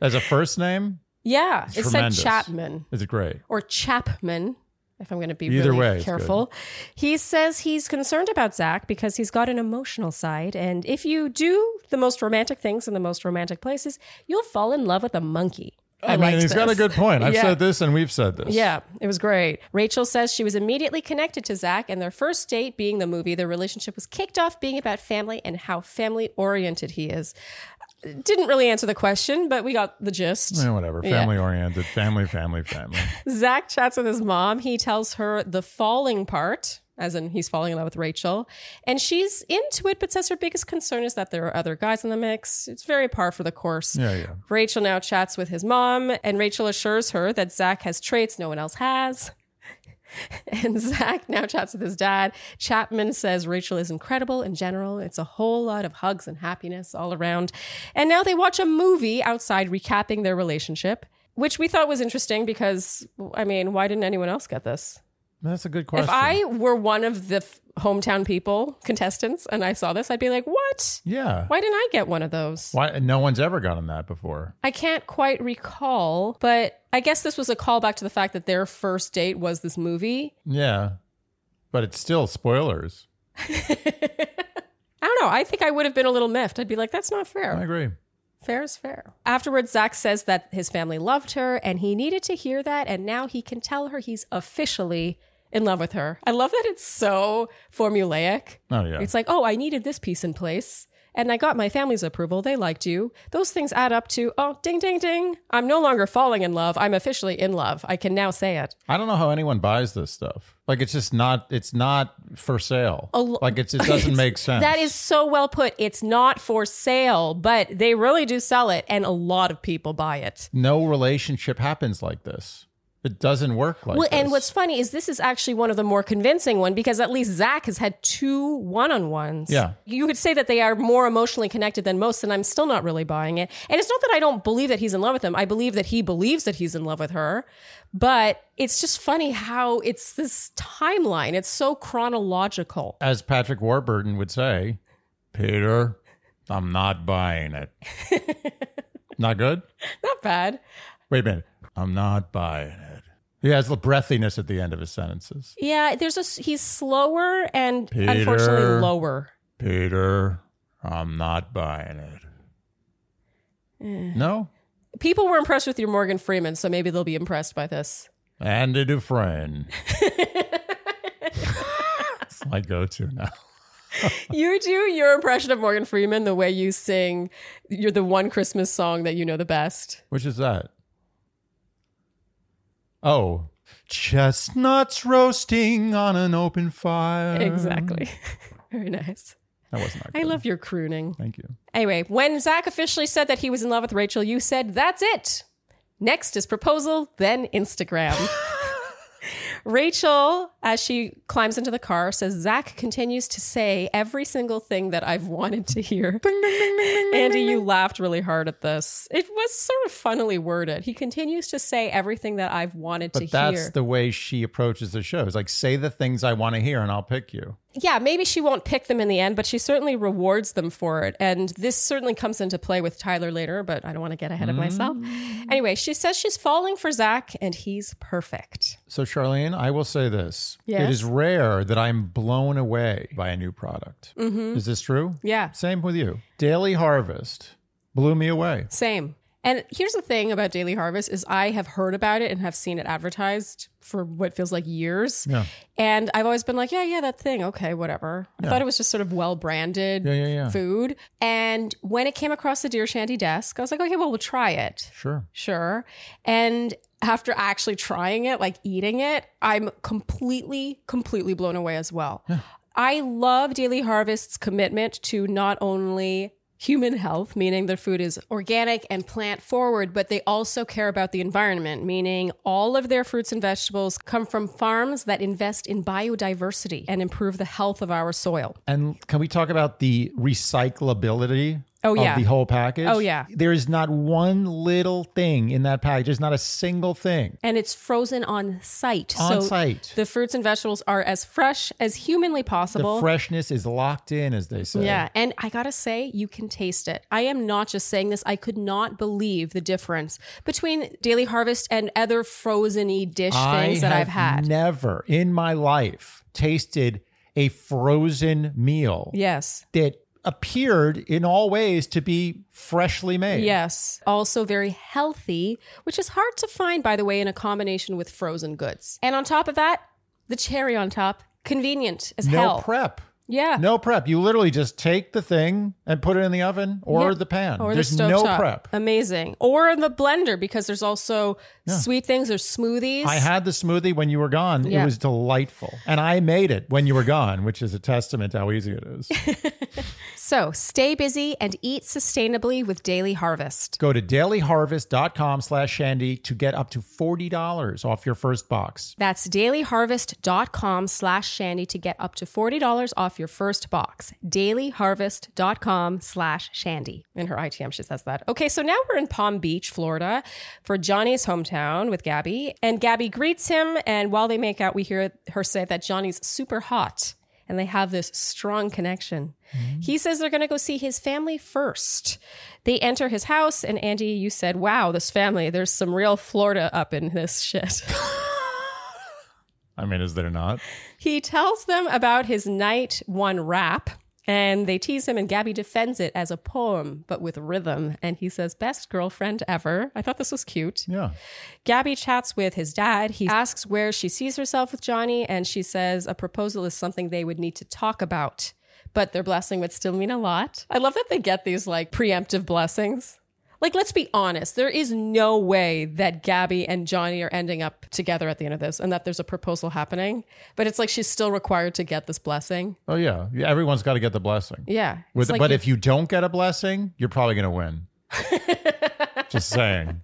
[SPEAKER 1] As a first name,
[SPEAKER 2] Yeah, it
[SPEAKER 1] Tremendous.
[SPEAKER 2] said Chapman.
[SPEAKER 1] it's great.
[SPEAKER 2] or Chapman, if I'm going to be
[SPEAKER 1] Either
[SPEAKER 2] really
[SPEAKER 1] way, it's
[SPEAKER 2] careful. He says he's concerned about Zach because he's got an emotional side. And if you do the most romantic things in the most romantic places, you'll fall in love with a monkey. I,
[SPEAKER 1] mean,
[SPEAKER 2] liked
[SPEAKER 1] he's got a
[SPEAKER 2] this.
[SPEAKER 1] good point. I've
[SPEAKER 2] Yeah.
[SPEAKER 1] said this and we've said this.
[SPEAKER 2] Yeah, it was great. Rachel says she was immediately connected to Zach, and their first date being the movie, their relationship was kicked off being about family and how family oriented he is. Didn't really answer the question, but we got the gist.
[SPEAKER 1] Eh, whatever. Family oriented. Family, family, family.
[SPEAKER 2] Zach chats with his mom. He tells her the falling part, as in he's falling in love with Rachel. And she's into it, but says her biggest concern is that there are other guys in the mix. It's very par for the course.
[SPEAKER 1] Yeah, yeah.
[SPEAKER 2] Rachel now chats with his mom, and Rachel assures her that Zach has traits no one else has. And Zach now chats with his dad. Chapman says Rachel is incredible in general. It's a whole lot of hugs and happiness all around. And now they watch a movie outside recapping their relationship, which we thought was interesting because, I mean, why didn't anyone else get this?
[SPEAKER 1] That's a good question.
[SPEAKER 2] If I were one of the f- hometown people, contestants, and I saw this, I'd be like, what?
[SPEAKER 1] yeah.
[SPEAKER 2] Why didn't I get one of those?
[SPEAKER 1] Why no one's ever gotten that before?
[SPEAKER 2] I can't quite recall, but I guess this was a callback to the fact that their first date was this movie.
[SPEAKER 1] Yeah, but it's still spoilers.
[SPEAKER 2] I don't know. I think I would have been a little miffed. I'd be like, that's not fair.
[SPEAKER 1] I agree.
[SPEAKER 2] Fair is fair. Afterwards, Zach says that his family loved her and he needed to hear that. And now he can tell her he's officially in love with her. I love that it's so formulaic.
[SPEAKER 1] Oh yeah,
[SPEAKER 2] It's like, oh, I needed this piece in place and I got my family's approval. They liked you. Those things add up to, oh, ding, ding, ding. I'm no longer falling in love. I'm officially in love. I can now say it.
[SPEAKER 1] I don't know how anyone buys this stuff. Like it's just not. It's not for sale.
[SPEAKER 2] lo-
[SPEAKER 1] like it's, it doesn't make sense.
[SPEAKER 2] That is so well put. It's not for sale, but they really do sell it, and a lot of people buy it.
[SPEAKER 1] no relationship happens like this. It doesn't work like
[SPEAKER 2] well, and
[SPEAKER 1] this.
[SPEAKER 2] what's funny is this is actually one of the more convincing one because at least Zach has had two one-on-ones.
[SPEAKER 1] Yeah.
[SPEAKER 2] you could say that they are more emotionally connected than most, and I'm still not really buying it. And it's not that I don't believe that he's in love with him. I believe that he believes that he's in love with her, but it's just funny how it's this timeline. It's so chronological.
[SPEAKER 1] as Patrick Warburton would say, Peter, I'm not buying it. not good?
[SPEAKER 2] Not bad.
[SPEAKER 1] Wait a minute. I'm not buying it. He has the breathiness at the end of his sentences.
[SPEAKER 2] Yeah, there's a s- he's slower and
[SPEAKER 1] Peter.
[SPEAKER 2] unfortunately lower.
[SPEAKER 1] Peter, I'm not buying it.
[SPEAKER 2] Eh.
[SPEAKER 1] No?
[SPEAKER 2] People were impressed with your Morgan Freeman, so maybe they'll be impressed by this.
[SPEAKER 1] Andy Dufresne. it's my go to now.
[SPEAKER 2] You do your impression of Morgan Freeman the way you sing you're the one Christmas song that you know the best.
[SPEAKER 1] Which is that? Oh. Chestnuts roasting on an open fire.
[SPEAKER 2] Exactly. Very nice.
[SPEAKER 1] That was not good.
[SPEAKER 2] I love your crooning.
[SPEAKER 1] Thank you.
[SPEAKER 2] Anyway, when Zach officially said that he was in love with Rachel, you said, That's it. Next is proposal, then Instagram. Rachel, as she climbs into the car, says, Zach continues to say every single thing that I've wanted to hear. Andy, you laughed really hard at this. It was sort of funnily worded. He continues to say everything that I've wanted to
[SPEAKER 1] But that's
[SPEAKER 2] hear.
[SPEAKER 1] the way she approaches the show. It's like, say the things I want to hear and I'll pick you.
[SPEAKER 2] yeah, maybe she won't pick them in the end, but she certainly rewards them for it. And this certainly comes into play with Tyler later, but I don't want to get ahead of myself. Anyway, she says she's falling for Zach and he's perfect.
[SPEAKER 1] So, Charlene, I will say this. It
[SPEAKER 2] Yes?
[SPEAKER 1] is rare that I'm blown away by a new product.
[SPEAKER 2] Mm-hmm.
[SPEAKER 1] Is this true?
[SPEAKER 2] Yeah,
[SPEAKER 1] Same with you. Daily Harvest blew me away.
[SPEAKER 2] same. And here's the thing about Daily Harvest is I have heard about it and have seen it advertised for what feels like years.
[SPEAKER 1] Yeah.
[SPEAKER 2] And I've always been like, yeah, yeah, that thing. Okay, whatever. I thought it was just sort of well branded
[SPEAKER 1] Yeah, yeah, yeah.
[SPEAKER 2] food. And when it came across the Deer Shanty desk, I was like, okay, well, we'll try it.
[SPEAKER 1] Sure.
[SPEAKER 2] Sure. And after actually trying it, like eating it, I'm completely, completely blown away as well. I love Daily Harvest's commitment to not only human health, meaning their food is organic and plant forward, but they also care about the environment, meaning all of their fruits and vegetables come from farms that invest in biodiversity and improve the health of our soil.
[SPEAKER 1] And can we talk about the recyclability
[SPEAKER 2] Oh,
[SPEAKER 1] of
[SPEAKER 2] yeah.
[SPEAKER 1] the whole package?
[SPEAKER 2] Oh, yeah.
[SPEAKER 1] There is not one little thing in that package. There's not a single thing.
[SPEAKER 2] and it's frozen on site.
[SPEAKER 1] On
[SPEAKER 2] so
[SPEAKER 1] site.
[SPEAKER 2] the fruits and vegetables are as fresh as humanly possible.
[SPEAKER 1] The freshness is locked in, as they say.
[SPEAKER 2] yeah, and I gotta say, you can taste it. I am not just saying this. I could not believe the difference between Daily Harvest and other frozen-y dish things that I've
[SPEAKER 1] have
[SPEAKER 2] had.
[SPEAKER 1] Never in my life tasted a frozen meal
[SPEAKER 2] yes,
[SPEAKER 1] that appeared in all ways to be freshly made.
[SPEAKER 2] yes. Also very healthy, which is hard to find, by the way, in a combination with frozen goods. And on top of that, the cherry on top, convenient as
[SPEAKER 1] No
[SPEAKER 2] hell.
[SPEAKER 1] prep.
[SPEAKER 2] yeah,
[SPEAKER 1] No prep. You literally just take the thing and put it in the oven or
[SPEAKER 2] Yeah.
[SPEAKER 1] the pan.
[SPEAKER 2] or
[SPEAKER 1] There's
[SPEAKER 2] the stove
[SPEAKER 1] no
[SPEAKER 2] top.
[SPEAKER 1] prep.
[SPEAKER 2] Amazing. Or in the blender because there's also sweet things or smoothies.
[SPEAKER 1] I had the smoothie when you were gone. It
[SPEAKER 2] Yeah.
[SPEAKER 1] was delightful. And I made it when you were gone, which is a testament to how easy it is.
[SPEAKER 2] so stay busy and eat sustainably with Daily Harvest.
[SPEAKER 1] Go to dailyharvest.com slash shandy to get up to $40 off your first box.
[SPEAKER 2] That's dailyharvest.com slash shandy to get up to $40 off your first box. Dailyharvest.com slash shandy. In her ITM, she says that. Okay, so now we're in Palm Beach, Florida for Johnny's hometown with Gabby. And Gabby greets him. And while they make out, we hear her say that Johnny's super hot and they have this strong connection. He says they're going to go see his family first. They enter his house, and Andy, you said, Wow, this family, there's some real Florida up in this shit.
[SPEAKER 1] I mean, is there not?
[SPEAKER 2] He tells them about his night one rap, and they tease him, and Gabby defends it as a poem, but with rhythm. And he says, Best girlfriend ever. I thought this was cute.
[SPEAKER 1] Yeah.
[SPEAKER 2] Gabby chats with his dad. He asks where she sees herself with Johnny, and she says a proposal is something they would need to talk about, but their blessing would still mean a lot. I love that they get these like preemptive blessings. Like, let's be honest, there is no way that Gabby and Johnny are ending up together at the end of this and that there's a proposal happening. But it's like she's still required to get this blessing.
[SPEAKER 1] Oh, yeah. Yeah, Everyone's got to get the blessing.
[SPEAKER 2] Yeah. It's
[SPEAKER 1] With,
[SPEAKER 2] like
[SPEAKER 1] but if you don't get a blessing, you're probably going to win. Just saying.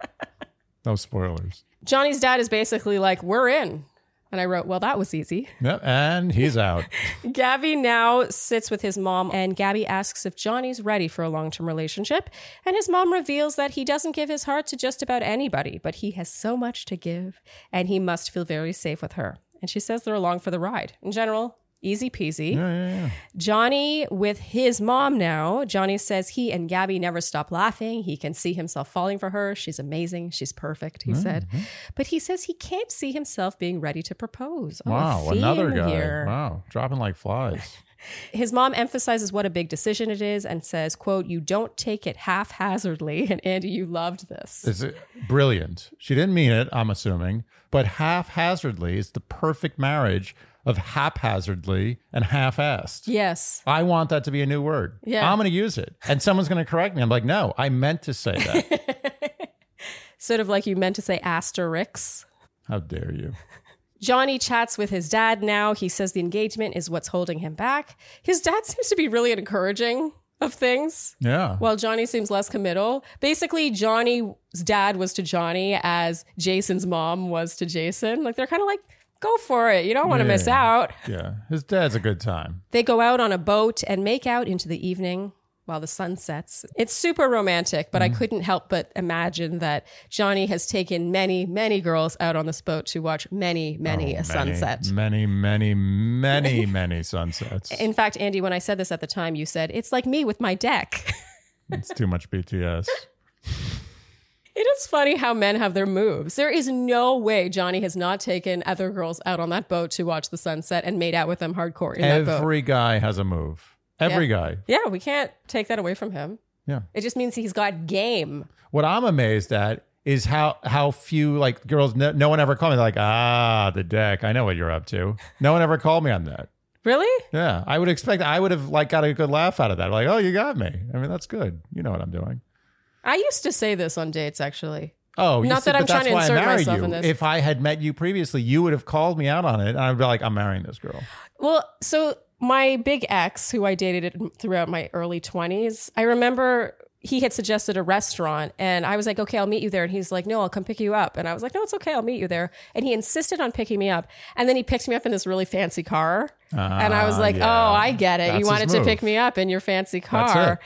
[SPEAKER 1] No spoilers.
[SPEAKER 2] Johnny's dad is basically like, we're in. And I wrote, well, that was easy.
[SPEAKER 1] Yep, and he's out.
[SPEAKER 2] Gabby now sits with his mom, and Gabby asks if Johnny's ready for a long term relationship. And his mom reveals that he doesn't give his heart to just about anybody, but he has so much to give, and he must feel very safe with her. And she says they're along for the ride. In general, easy peasy.
[SPEAKER 1] Yeah, yeah, yeah.
[SPEAKER 2] Johnny with his mom now. Johnny says he and Gabby never stop laughing. He can see himself falling for her. She's amazing. She's perfect, he
[SPEAKER 1] Mm-hmm.
[SPEAKER 2] said. But he says he can't see himself being ready to propose. Oh, a
[SPEAKER 1] Wow, another
[SPEAKER 2] theme
[SPEAKER 1] guy.
[SPEAKER 2] here.
[SPEAKER 1] Wow, dropping like flies.
[SPEAKER 2] His mom emphasizes what a big decision it is and says, quote, you don't take it haphazardly. And Andy, you loved this.
[SPEAKER 1] It's uh, brilliant. She didn't mean it, I'm assuming, but haphazardly is the perfect marriage of haphazardly and half-assed.
[SPEAKER 2] yes.
[SPEAKER 1] I want that to be a new word.
[SPEAKER 2] Yeah.
[SPEAKER 1] I'm going to use it. And someone's going to correct me. I'm like, no, I meant to say that.
[SPEAKER 2] Sort of like you meant to say asterisks.
[SPEAKER 1] How dare you?
[SPEAKER 2] Johnny chats with his dad now. He says the engagement is what's holding him back. His dad seems to be really encouraging of things,
[SPEAKER 1] Yeah.
[SPEAKER 2] while Johnny seems less committal. Basically, Johnny's dad was to Johnny as Jason's mom was to Jason. Like they're kind of like, go for it. You don't want to miss
[SPEAKER 1] Yeah.
[SPEAKER 2] out.
[SPEAKER 1] yeah. His dad's a good time.
[SPEAKER 2] They go out on a boat and make out into the evening while the sun sets. It's super romantic, but
[SPEAKER 1] Mm.
[SPEAKER 2] I couldn't help but imagine that Johnny has taken many, many girls out on this boat to watch many, many a sunset.
[SPEAKER 1] Oh, Many, many, many, many sunsets.
[SPEAKER 2] In fact, Andy, when I said this at the time, you said, it's like me with my deck.
[SPEAKER 1] it's too much BTS.
[SPEAKER 2] it is funny how men have their moves. There is no way Johnny has not taken other girls out on that boat to watch the sunset and made out with them hardcore in that boat.
[SPEAKER 1] Every guy has a move. Every guy.
[SPEAKER 2] Yeah, we can't take that away from him.
[SPEAKER 1] Yeah.
[SPEAKER 2] It just means he's got game.
[SPEAKER 1] What I'm amazed at is how how few like girls. No, no one ever called me. They're like, ah, the deck. I know what you're up to. No one ever called me on that.
[SPEAKER 2] Really?
[SPEAKER 1] Yeah, I would expect. I would have like got a good laugh out of that. Like, oh, you got me. I mean, that's good. You know what I'm doing.
[SPEAKER 2] I used to say this on dates, actually.
[SPEAKER 1] Oh, you
[SPEAKER 2] Not that
[SPEAKER 1] but
[SPEAKER 2] I'm trying
[SPEAKER 1] that's
[SPEAKER 2] to
[SPEAKER 1] why I
[SPEAKER 2] insert
[SPEAKER 1] married
[SPEAKER 2] myself
[SPEAKER 1] you.
[SPEAKER 2] in this.
[SPEAKER 1] If I had met you previously, you would have called me out on it, and I'd be like, I'm marrying this girl.
[SPEAKER 2] Well, so my big ex, who I dated throughout my early 20s, I remember he had suggested a restaurant and I was like, okay, I'll meet you there. And he's like, no, I'll come pick you up. And I was like, no, it's okay. I'll meet you there. And he insisted on picking me up. And then he picked me up in this really fancy car. and I was
[SPEAKER 1] Ah,
[SPEAKER 2] like,
[SPEAKER 1] yeah.
[SPEAKER 2] oh, I get it.
[SPEAKER 1] That's
[SPEAKER 2] you
[SPEAKER 1] his
[SPEAKER 2] wanted to
[SPEAKER 1] move.
[SPEAKER 2] pick me up in your fancy
[SPEAKER 1] That's
[SPEAKER 2] car.
[SPEAKER 1] it.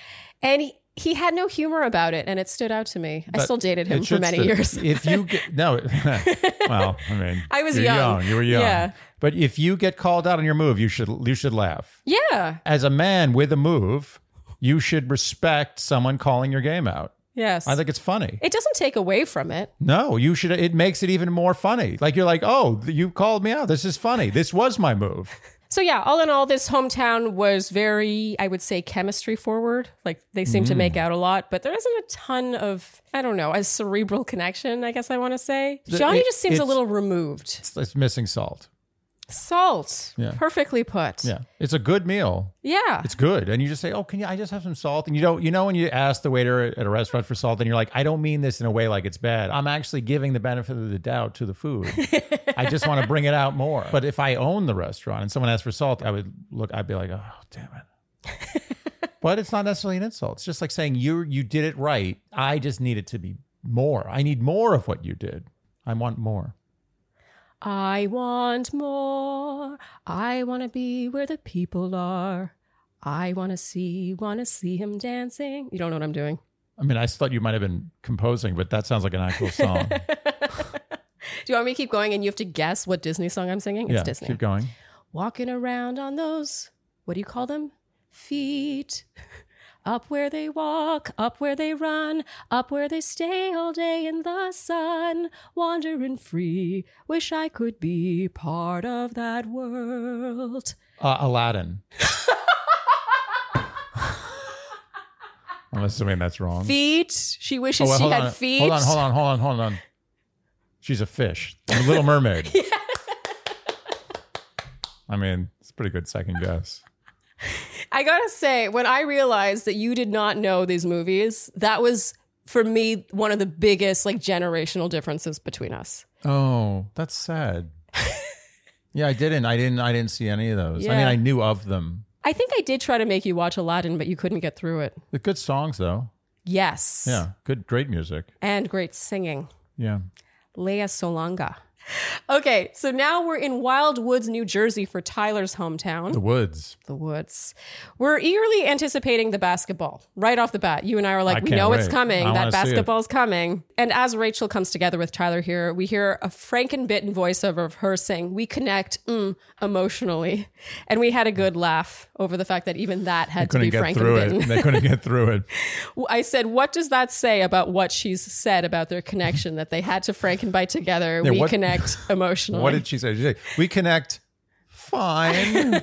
[SPEAKER 2] And he, he had no humor about it. And it stood out to me. I
[SPEAKER 1] But
[SPEAKER 2] still dated
[SPEAKER 1] it
[SPEAKER 2] him for
[SPEAKER 1] should
[SPEAKER 2] many
[SPEAKER 1] still-
[SPEAKER 2] years.
[SPEAKER 1] If you get no, well, I mean,
[SPEAKER 2] I was
[SPEAKER 1] you're
[SPEAKER 2] young.
[SPEAKER 1] You were young.
[SPEAKER 2] Yeah.
[SPEAKER 1] But if you get called out on your move, you should you should laugh.
[SPEAKER 2] yeah.
[SPEAKER 1] As a man with a move, you should respect someone calling your game out.
[SPEAKER 2] Yes.
[SPEAKER 1] I think it's funny.
[SPEAKER 2] it doesn't take away from it.
[SPEAKER 1] No, you should. It makes it even more funny. Like you're like, oh, you called me out. This is funny. This was my move.
[SPEAKER 2] So yeah, all in all, this hometown was very, I would say, chemistry forward. Like they seem to
[SPEAKER 1] Mm.
[SPEAKER 2] make out a lot, but there isn't a ton of, I don't know, a cerebral connection. I guess I want to say Johnny
[SPEAKER 1] it-
[SPEAKER 2] just seems a
[SPEAKER 1] it's-
[SPEAKER 2] little removed.
[SPEAKER 1] It's, it's missing salt.
[SPEAKER 2] Salt,
[SPEAKER 1] Yeah.
[SPEAKER 2] perfectly put.
[SPEAKER 1] Yeah, it's a good meal.
[SPEAKER 2] yeah.
[SPEAKER 1] It's good, and you just say, "Oh, can you? I just have some salt." And you don't, you know, when you ask the waiter at a restaurant for salt, and you're like, "I don't mean this in a way like it's bad. I'm actually giving the benefit of the doubt to the food. I just want to bring it out more." But if I own the restaurant and someone asks for salt, I would look. I'd be like, "Oh, damn it." but it's not necessarily an insult. It's just like saying you you did it right. I just need it to be more. I need more of what you did. I want more.
[SPEAKER 2] I want more. I want to be where the people are. I want to see, want to see him dancing. You don't know what I'm doing.
[SPEAKER 1] I mean, I thought you might have been composing, but that sounds like an actual song.
[SPEAKER 2] Do you want me to keep going and you have to guess what Disney song I'm singing?
[SPEAKER 1] yeah,
[SPEAKER 2] it's Disney.
[SPEAKER 1] keep going.
[SPEAKER 2] walking around on those what do you call them feet up where they walk up where they run up where they stay all day in the sun wandering free wish i could be part of that world
[SPEAKER 1] Uh, Aladdin. I'm assuming that's wrong.
[SPEAKER 2] feet she wishes
[SPEAKER 1] wait,
[SPEAKER 2] she
[SPEAKER 1] Oh, hold
[SPEAKER 2] had
[SPEAKER 1] on.
[SPEAKER 2] feet
[SPEAKER 1] Hold on, hold on, hold on, hold on. She's a fish. The Little Mermaid. I mean, it's a pretty good second guess.
[SPEAKER 2] i gotta say when i realized that you did not know these movies that was for me one of the biggest like generational differences between us
[SPEAKER 1] Oh, that's sad. Yeah, I didn't. I didn't. I didn't see any of those. I mean,
[SPEAKER 2] Yeah.
[SPEAKER 1] I knew of them.
[SPEAKER 2] i think i did try to make you watch aladdin but you couldn't get through it
[SPEAKER 1] The good songs, though.
[SPEAKER 2] Yes.
[SPEAKER 1] Yeah, good, great music.
[SPEAKER 2] And great singing.
[SPEAKER 1] Yeah,
[SPEAKER 2] Lea Solanga. Okay, so now we're in Wild Woods, New Jersey for Tyler's hometown,
[SPEAKER 1] The woods.
[SPEAKER 2] the Woods. We're eagerly anticipating the basketball right off the bat. You and I were
[SPEAKER 1] I
[SPEAKER 2] like, we
[SPEAKER 1] can't
[SPEAKER 2] know it's
[SPEAKER 1] wait.
[SPEAKER 2] coming.
[SPEAKER 1] I
[SPEAKER 2] That
[SPEAKER 1] wanna see it."
[SPEAKER 2] basketball's coming. And as Rachel comes together with Tyler here, we hear a frankenbitten voiceover of her saying, We connect mm, emotionally. And we had a good laugh over the fact that even that had to
[SPEAKER 1] Couldn't
[SPEAKER 2] be
[SPEAKER 1] get through
[SPEAKER 2] frankenbitten.
[SPEAKER 1] it. They couldn't get through it.
[SPEAKER 2] I said, "What does that say about what she's said about their connection that they had to Frankenbite together? we
[SPEAKER 1] what-
[SPEAKER 2] connect emotionally."
[SPEAKER 1] What did she say? She said, we connect fine. Can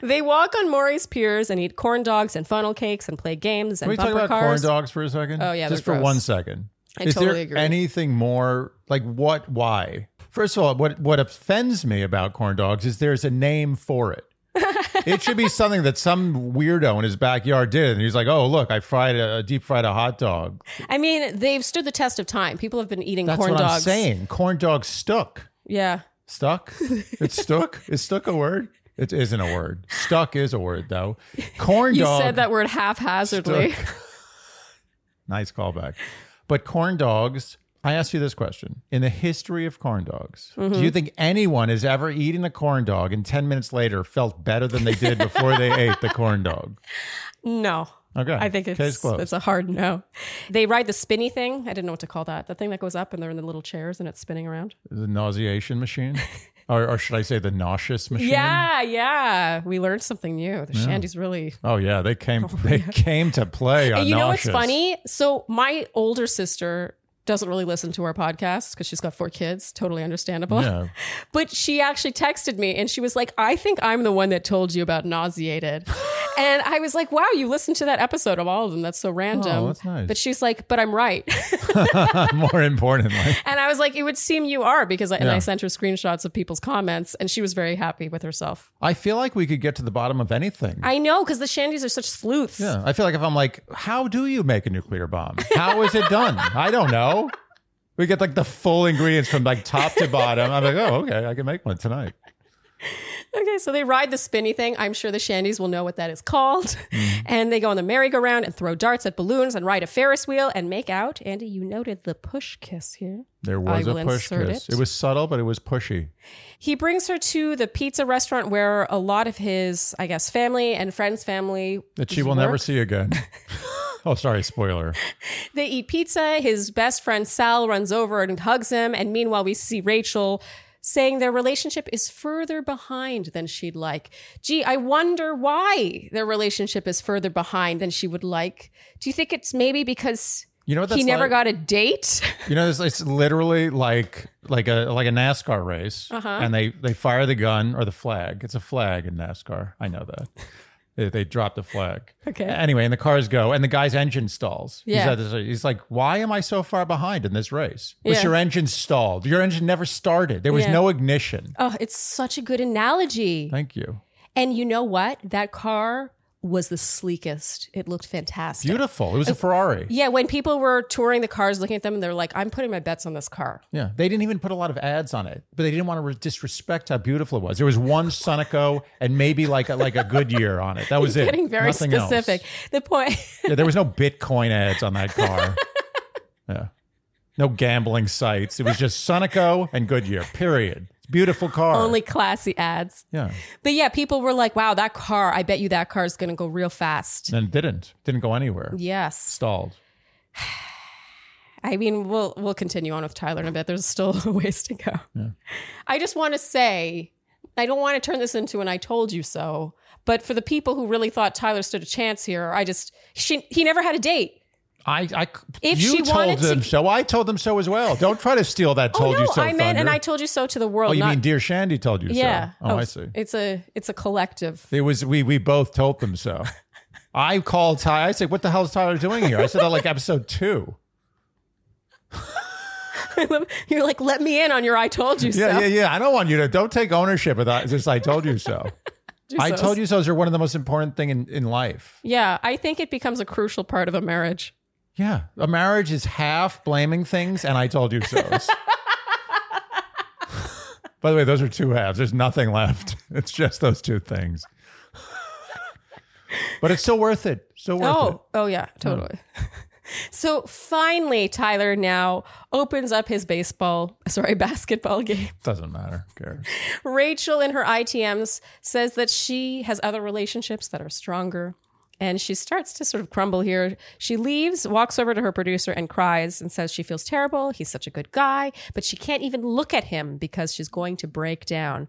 [SPEAKER 2] they walk on Maury's piers and eat corn dogs and funnel cakes and play games and
[SPEAKER 1] we talk
[SPEAKER 2] bumper
[SPEAKER 1] about corn
[SPEAKER 2] cars.
[SPEAKER 1] dogs for a second?
[SPEAKER 2] Oh, yeah,
[SPEAKER 1] Just
[SPEAKER 2] they're
[SPEAKER 1] for one
[SPEAKER 2] gross.
[SPEAKER 1] second.
[SPEAKER 2] I
[SPEAKER 1] Is
[SPEAKER 2] totally
[SPEAKER 1] there
[SPEAKER 2] agree.
[SPEAKER 1] anything more like what why? First of all, what what offends me about corn dogs is there's a name for it. it should be something that some weirdo in his backyard did, and he's like, "Oh, look, I fried a deep fried a hot dog."
[SPEAKER 2] I mean, they've stood the test of time. People have been eating
[SPEAKER 1] That's
[SPEAKER 2] corn
[SPEAKER 1] what
[SPEAKER 2] dogs.
[SPEAKER 1] I'm saying. Corn dog stuck.
[SPEAKER 2] Yeah.
[SPEAKER 1] Stuck? It's stuck? Is stuck a word? It isn't a word. Stuck is a word though. Corn
[SPEAKER 2] You
[SPEAKER 1] dog.
[SPEAKER 2] said that word haphazardly.
[SPEAKER 1] nice callback. But corn dogs, I asked you this question. In the history of corn dogs, do
[SPEAKER 2] Mm-hmm.
[SPEAKER 1] you think anyone has ever eaten a corn dog and 10 minutes later felt better than they did before they ate the corn dog?
[SPEAKER 2] No.
[SPEAKER 1] Okay.
[SPEAKER 2] I think
[SPEAKER 1] Case
[SPEAKER 2] it's
[SPEAKER 1] closed.
[SPEAKER 2] it's a hard no. They ride the spinny thing. I didn't know what to call that. The thing that goes up and they're in the little chairs and it's spinning around.
[SPEAKER 1] the nauseation machine? or, or should I say the nauseous machine?
[SPEAKER 2] Yeah, yeah. We learned something new. The Shandy's really
[SPEAKER 1] Oh yeah, they came they came to play on
[SPEAKER 2] And you know what's
[SPEAKER 1] nauseous.
[SPEAKER 2] funny? So my older sister doesn't really listen to our podcast because she's got four kids, totally understandable.
[SPEAKER 1] Yeah.
[SPEAKER 2] But she actually texted me and she was like, I think I'm the one that told you about nauseated. and I was like, wow, you listened to that episode of all of them. That's so random.
[SPEAKER 1] Oh, that's nice.
[SPEAKER 2] But she's like, but I'm right.
[SPEAKER 1] More importantly.
[SPEAKER 2] and I was like, it would seem you are because I, and
[SPEAKER 1] Yeah.
[SPEAKER 2] I sent her screenshots of people's comments and she was very happy with herself.
[SPEAKER 1] I feel like we could get to the bottom of anything.
[SPEAKER 2] I know because the Shandys are such sleuths.
[SPEAKER 1] Yeah, I feel like if I'm like, how do you make a nuclear bomb? How is it done? I don't know. We get like the full ingredients from like top to bottom. I'm like, oh, okay, I can make one tonight.
[SPEAKER 2] Okay, so they ride the spinny thing. I'm sure the Shandys will know what that is called. And they go on the merry-go-round and throw darts at balloons and ride a Ferris wheel and make out. Andy, you noted the push kiss here.
[SPEAKER 1] There was
[SPEAKER 2] I
[SPEAKER 1] a
[SPEAKER 2] will
[SPEAKER 1] push
[SPEAKER 2] insert
[SPEAKER 1] kiss.
[SPEAKER 2] it.
[SPEAKER 1] It. was subtle, but it was pushy.
[SPEAKER 2] He brings her to the pizza restaurant where a lot of his, I guess, family and friends' family
[SPEAKER 1] That she
[SPEAKER 2] Does it
[SPEAKER 1] will never
[SPEAKER 2] work?
[SPEAKER 1] see again. oh, sorry, spoiler.
[SPEAKER 2] They eat pizza. His best friend Sal runs over and hugs him. And meanwhile, we see Rachel saying their relationship is further behind than she'd like. Gee, I wonder why their relationship is further behind than she would like. Do you think it's maybe because
[SPEAKER 1] You know what that's
[SPEAKER 2] he never
[SPEAKER 1] like?
[SPEAKER 2] got a date?
[SPEAKER 1] You know, it's, it's literally like like a like a NASCAR race,
[SPEAKER 2] Uh-huh.
[SPEAKER 1] and they they fire the gun or the flag. It's a flag in NASCAR. I know that. They, they drop the flag.
[SPEAKER 2] Okay.
[SPEAKER 1] Anyway, and the cars go, and the guy's engine stalls. He's
[SPEAKER 2] Yeah.
[SPEAKER 1] at this- He's, like, "Why am I so far behind in this race? Because
[SPEAKER 2] Yeah.
[SPEAKER 1] your engine stalled. Your engine never started. There was
[SPEAKER 2] Yeah.
[SPEAKER 1] no ignition."
[SPEAKER 2] oh, it's such a good analogy.
[SPEAKER 1] Thank you.
[SPEAKER 2] And you know what? That car was the sleekest. It looked fantastic.
[SPEAKER 1] Beautiful. It was a Ferrari.
[SPEAKER 2] Yeah, when people were touring the cars, looking at them, they're like, I'm putting my bets on this car.
[SPEAKER 1] Yeah, they didn't even put a lot of ads on it, but they didn't want to re- disrespect how beautiful it was. There was one Sonico and maybe like a, like a Goodyear on it. That was it.
[SPEAKER 2] Getting very
[SPEAKER 1] Nothing else.
[SPEAKER 2] specific. The point.
[SPEAKER 1] Yeah, there was no Bitcoin ads on that car. yeah. No gambling sites. It was just Sonico and Goodyear, period. It's a beautiful car.
[SPEAKER 2] only classy ads.
[SPEAKER 1] yeah.
[SPEAKER 2] But yeah, people were like, wow, that car, I bet you that car is going to go real fast.
[SPEAKER 1] And it didn't. Didn't go anywhere.
[SPEAKER 2] Yes.
[SPEAKER 1] Stalled.
[SPEAKER 2] I mean, we'll we'll continue on with Tyler in a bit. There's still a ways to go. I just want to say I don't want to turn this into an I told you so, but for the people who really thought Tyler stood a chance here, I just she he never had a date.
[SPEAKER 1] I, I
[SPEAKER 2] If
[SPEAKER 1] you
[SPEAKER 2] she wanted
[SPEAKER 1] told them
[SPEAKER 2] to- Oh,
[SPEAKER 1] so. I told them so as well. Don't try to steal that told
[SPEAKER 2] no,
[SPEAKER 1] you so.
[SPEAKER 2] I meant and
[SPEAKER 1] thunder.
[SPEAKER 2] I told you so to the world.
[SPEAKER 1] Oh, you
[SPEAKER 2] not,
[SPEAKER 1] mean Dear Shandy told you
[SPEAKER 2] yeah.
[SPEAKER 1] so. Oh, I see.
[SPEAKER 2] It's a it's a collective.
[SPEAKER 1] It was we we both told them so. I called Ty. I said, "What the hell is Tyler doing here?" I said that like episode two.
[SPEAKER 2] You're like, let me in on your I told you
[SPEAKER 1] Yeah,
[SPEAKER 2] so.
[SPEAKER 1] yeah, yeah. I don't want you to don't take ownership of that. Just I told you so. I
[SPEAKER 2] so's.
[SPEAKER 1] told you so's are one of the most important thing in, in life.
[SPEAKER 2] yeah, I think it becomes a crucial part of a marriage.
[SPEAKER 1] Yeah. A marriage is half blaming things and I told you so's. By the way, those are two halves. There's nothing left. It's just those two things. but it's still worth it. Still worth
[SPEAKER 2] Oh,
[SPEAKER 1] it.
[SPEAKER 2] oh yeah, totally. So finally, Tyler now opens up his baseball, sorry, basketball game.
[SPEAKER 1] Doesn't matter. Who cares?
[SPEAKER 2] Rachel, in her ITMs, says that she has other relationships that are stronger. And she starts to sort of crumble here. She leaves, walks over to her producer, and cries and says she feels terrible. He's such a good guy, but she can't even look at him because she's going to break down.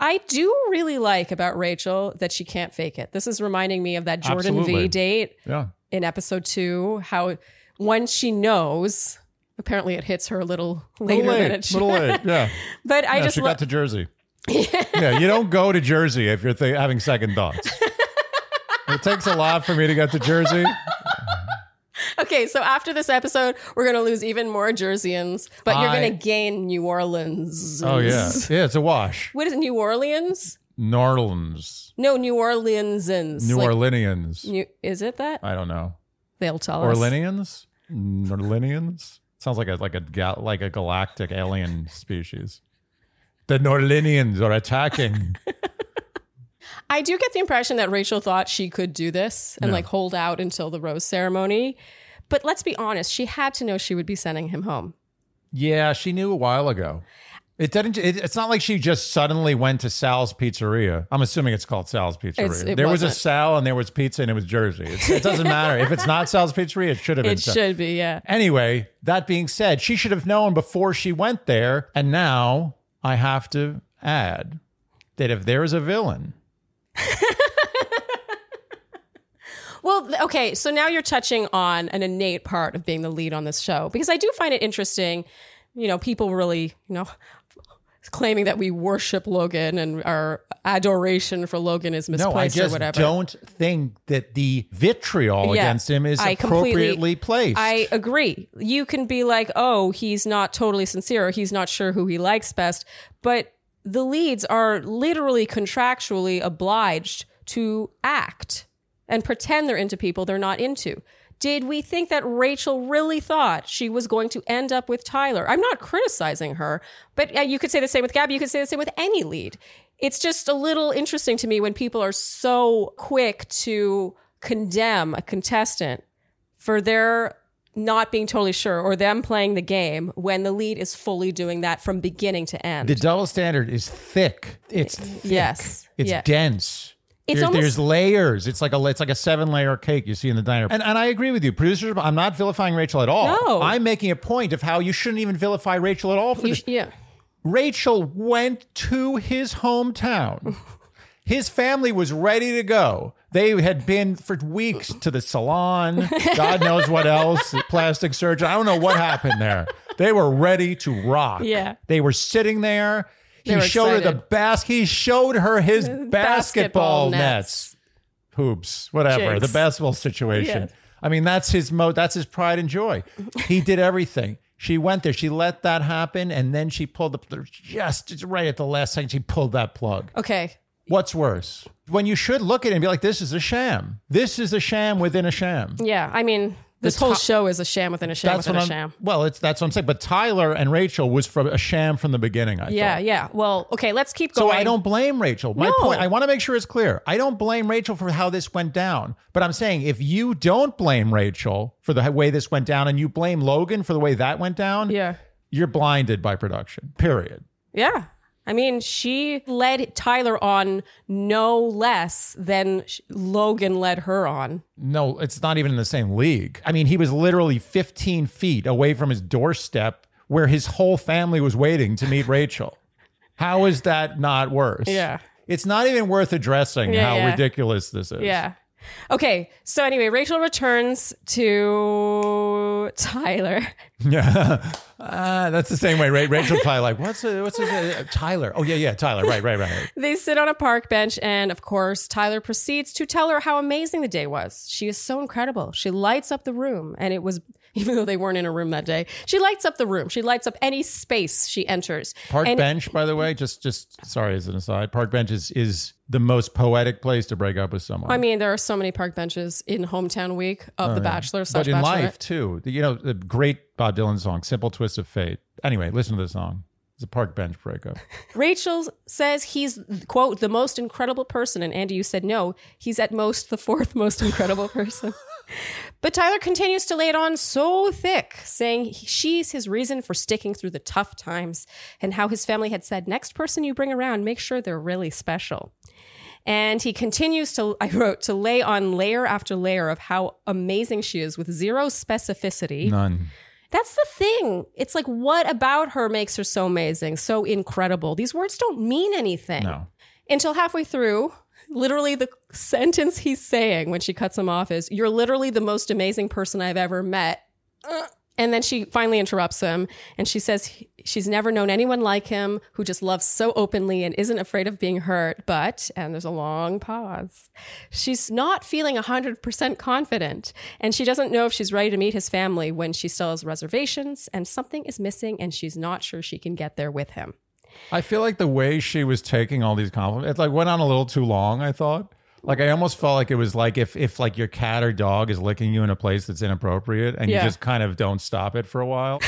[SPEAKER 2] I do really like about Rachel that she can't fake it. This is reminding me of that Jordan
[SPEAKER 1] Absolutely.
[SPEAKER 2] V date
[SPEAKER 1] Yeah.
[SPEAKER 2] in episode two how once she knows, apparently it hits her a little later
[SPEAKER 1] little
[SPEAKER 2] than it
[SPEAKER 1] late.
[SPEAKER 2] should.
[SPEAKER 1] Little late. Yeah.
[SPEAKER 2] But I
[SPEAKER 1] yeah
[SPEAKER 2] just
[SPEAKER 1] she
[SPEAKER 2] love
[SPEAKER 1] got to Jersey. yeah. You don't go to Jersey if you're th- having second thoughts. it takes a lot for me to get to Jersey.
[SPEAKER 2] okay. So after this episode, we're gonna lose even more Jerseyans, but you're
[SPEAKER 1] I-
[SPEAKER 2] gonna gain New Orleans.
[SPEAKER 1] Oh yeah. Yeah. It's a wash.
[SPEAKER 2] What is it, New Orleans?
[SPEAKER 1] New Orleans.
[SPEAKER 2] No, New Orleansans.
[SPEAKER 1] New
[SPEAKER 2] Like,
[SPEAKER 1] Orleanians.
[SPEAKER 2] New, is it that
[SPEAKER 1] I don't know.
[SPEAKER 2] they'll tell us?
[SPEAKER 1] Orleanians? Norlinians? Sounds like a like a ga- like a galactic alien species. The Norlinians are attacking.
[SPEAKER 2] I do get the impression that Rachel thought she could do this and like hold out until the rose ceremony, but let's be honest, she had to know she would be sending him home.
[SPEAKER 1] yeah, she knew a while ago. It didn't. It, it's not like she just suddenly went to Sal's Pizzeria. I'm assuming it's called Sal's Pizzeria.
[SPEAKER 2] It's- it
[SPEAKER 1] there was
[SPEAKER 2] wasn't.
[SPEAKER 1] a Sal and there was pizza and it was Jersey. It's, it doesn't matter if it's not Sal's Pizzeria. It should have been.
[SPEAKER 2] It
[SPEAKER 1] Sal-
[SPEAKER 2] should be, yeah.
[SPEAKER 1] Anyway, that being said, she should have known before she went there. And now I have to add that if there is a villain
[SPEAKER 2] Well, th- okay, so now you're touching on an innate part of being the lead on this show because I do find it interesting, you know, people really, you know, claiming that we worship Logan and our adoration for Logan is misplaced
[SPEAKER 1] No, I
[SPEAKER 2] or
[SPEAKER 1] just
[SPEAKER 2] whatever.
[SPEAKER 1] don't think that the vitriol
[SPEAKER 2] Yeah.
[SPEAKER 1] against him is
[SPEAKER 2] I completely-
[SPEAKER 1] appropriately placed.
[SPEAKER 2] I agree. You can be like, "Oh, he's not totally sincere or he's not sure who he likes best," but the leads are literally contractually obliged to act and pretend they're into people they're not into. Did we think that Rachel really thought she was going to end up with Tyler? I'm not criticizing her, but uh, you could say the same with Gabby. You could say the same with any lead. It's just a little interesting to me when people are so quick to condemn a contestant for their not being totally sure or them playing the game when the lead is fully doing that from beginning to end.
[SPEAKER 1] the double standard is thick. It's thick.
[SPEAKER 2] yes.
[SPEAKER 1] It's
[SPEAKER 2] yeah.
[SPEAKER 1] dense.
[SPEAKER 2] It's
[SPEAKER 1] There-
[SPEAKER 2] almost-
[SPEAKER 1] there's layers. It's like a it's like a seven layer cake you see in the diner. And, and I agree with you, producers. I'm not vilifying Rachel at all.
[SPEAKER 2] No.
[SPEAKER 1] I'm making a point of how you shouldn't even vilify Rachel at all for
[SPEAKER 2] You
[SPEAKER 1] this.
[SPEAKER 2] sh- yeah.
[SPEAKER 1] Rachel went to his hometown. His family was ready to go. They had been for weeks to the salon, God knows what else, plastic surgery. I don't know what happened there. They were ready to rock.
[SPEAKER 2] Yeah.
[SPEAKER 1] They were sitting there. He
[SPEAKER 2] were
[SPEAKER 1] showed her the
[SPEAKER 2] excited.
[SPEAKER 1] basket. He showed her his basketball,
[SPEAKER 2] Basketball
[SPEAKER 1] nets. hoops, whatever,
[SPEAKER 2] Jigs.
[SPEAKER 1] the basketball situation.
[SPEAKER 2] Yes.
[SPEAKER 1] I mean, that's his mo that's his pride and joy. He did everything. She went there. She let that happen, and then she pulled the just just right at the last second. She pulled that plug.
[SPEAKER 2] Okay.
[SPEAKER 1] What's worse? When you should look at it and be like, "This is a sham. This is a sham within a sham."
[SPEAKER 2] Yeah. I mean, this whole show is a sham within a sham within
[SPEAKER 1] what
[SPEAKER 2] a
[SPEAKER 1] I'm-
[SPEAKER 2] sham.
[SPEAKER 1] Well, it's that's what I'm saying. But Tyler and Rachel was from a sham from the beginning. I
[SPEAKER 2] Yeah.
[SPEAKER 1] thought.
[SPEAKER 2] Yeah. Well, okay. Let's keep
[SPEAKER 1] So
[SPEAKER 2] going.
[SPEAKER 1] I don't blame Rachel. My
[SPEAKER 2] No.
[SPEAKER 1] point, I want to make sure it's clear. I don't blame Rachel for how this went down. But I'm saying if you don't blame Rachel for the way this went down and you blame Logan for the way that went down,
[SPEAKER 2] Yeah.
[SPEAKER 1] you're blinded by production, period.
[SPEAKER 2] Yeah. I mean, she led Tyler on no less than sh- Logan led her on.
[SPEAKER 1] No, it's not even in the same league. I mean, he was literally 15 feet away from his doorstep where his whole family was waiting to meet Rachel. How is that not worse?
[SPEAKER 2] Yeah.
[SPEAKER 1] It's not even worth addressing
[SPEAKER 2] Yeah,
[SPEAKER 1] how
[SPEAKER 2] yeah.
[SPEAKER 1] ridiculous this is.
[SPEAKER 2] Yeah. Okay. So anyway, Rachel returns to Tyler.
[SPEAKER 1] Yeah, Ah, that's the same way. Right? Rachel probably like, what's a, what's his uh, Tyler? Oh yeah, yeah, Tyler. Right, right, right.
[SPEAKER 2] They sit on a park bench, and of course, Tyler proceeds to tell her how amazing the day was. She is so incredible. She lights up the room, and it was, even though they weren't in a room that day, she lights up the room. She lights up any space she enters.
[SPEAKER 1] Park
[SPEAKER 2] And-
[SPEAKER 1] bench, by the way, just just sorry as an aside, park bench is is the most poetic place to break up with someone.
[SPEAKER 2] I mean, there are so many park benches in Hometown Week of The Bachelor slash
[SPEAKER 1] but in
[SPEAKER 2] Bachelorette.
[SPEAKER 1] life too, The- you know, the great Bob Dylan song, "Simple Twist of Fate." Anyway, listen to the song. It's a park bench breakup.
[SPEAKER 2] Rachel says he's, quote, the most incredible person. And Andy, you said no, he's at most the fourth most incredible person. But Tyler continues to lay it on so thick, saying he- she's his reason for sticking through the tough times and how his family had said, next person you bring around, make sure they're really special. And he continues to, I wrote, to lay on layer after layer of how amazing she is with zero specificity.
[SPEAKER 1] None.
[SPEAKER 2] That's the thing. It's like, what about her makes her so amazing, so incredible? These words don't mean anything
[SPEAKER 1] No.
[SPEAKER 2] until halfway through. Literally, the sentence he's saying when she cuts him off is, You're literally the most amazing person I've ever met. Uh, And then she finally interrupts him and she says he- she's never known anyone like him who just loves so openly and isn't afraid of being hurt. But, and there's a long pause, she's not feeling 100% confident and she doesn't know if she's ready to meet his family when she still has reservations and something is missing and she's not sure she can get there with him.
[SPEAKER 1] I feel like the way she was taking all these compliments, it like went on a little too long. I thought, like, I almost felt like it was like if if like your cat or dog is licking you in a place that's inappropriate, and
[SPEAKER 2] Yeah.
[SPEAKER 1] you just kind of don't stop it for a while.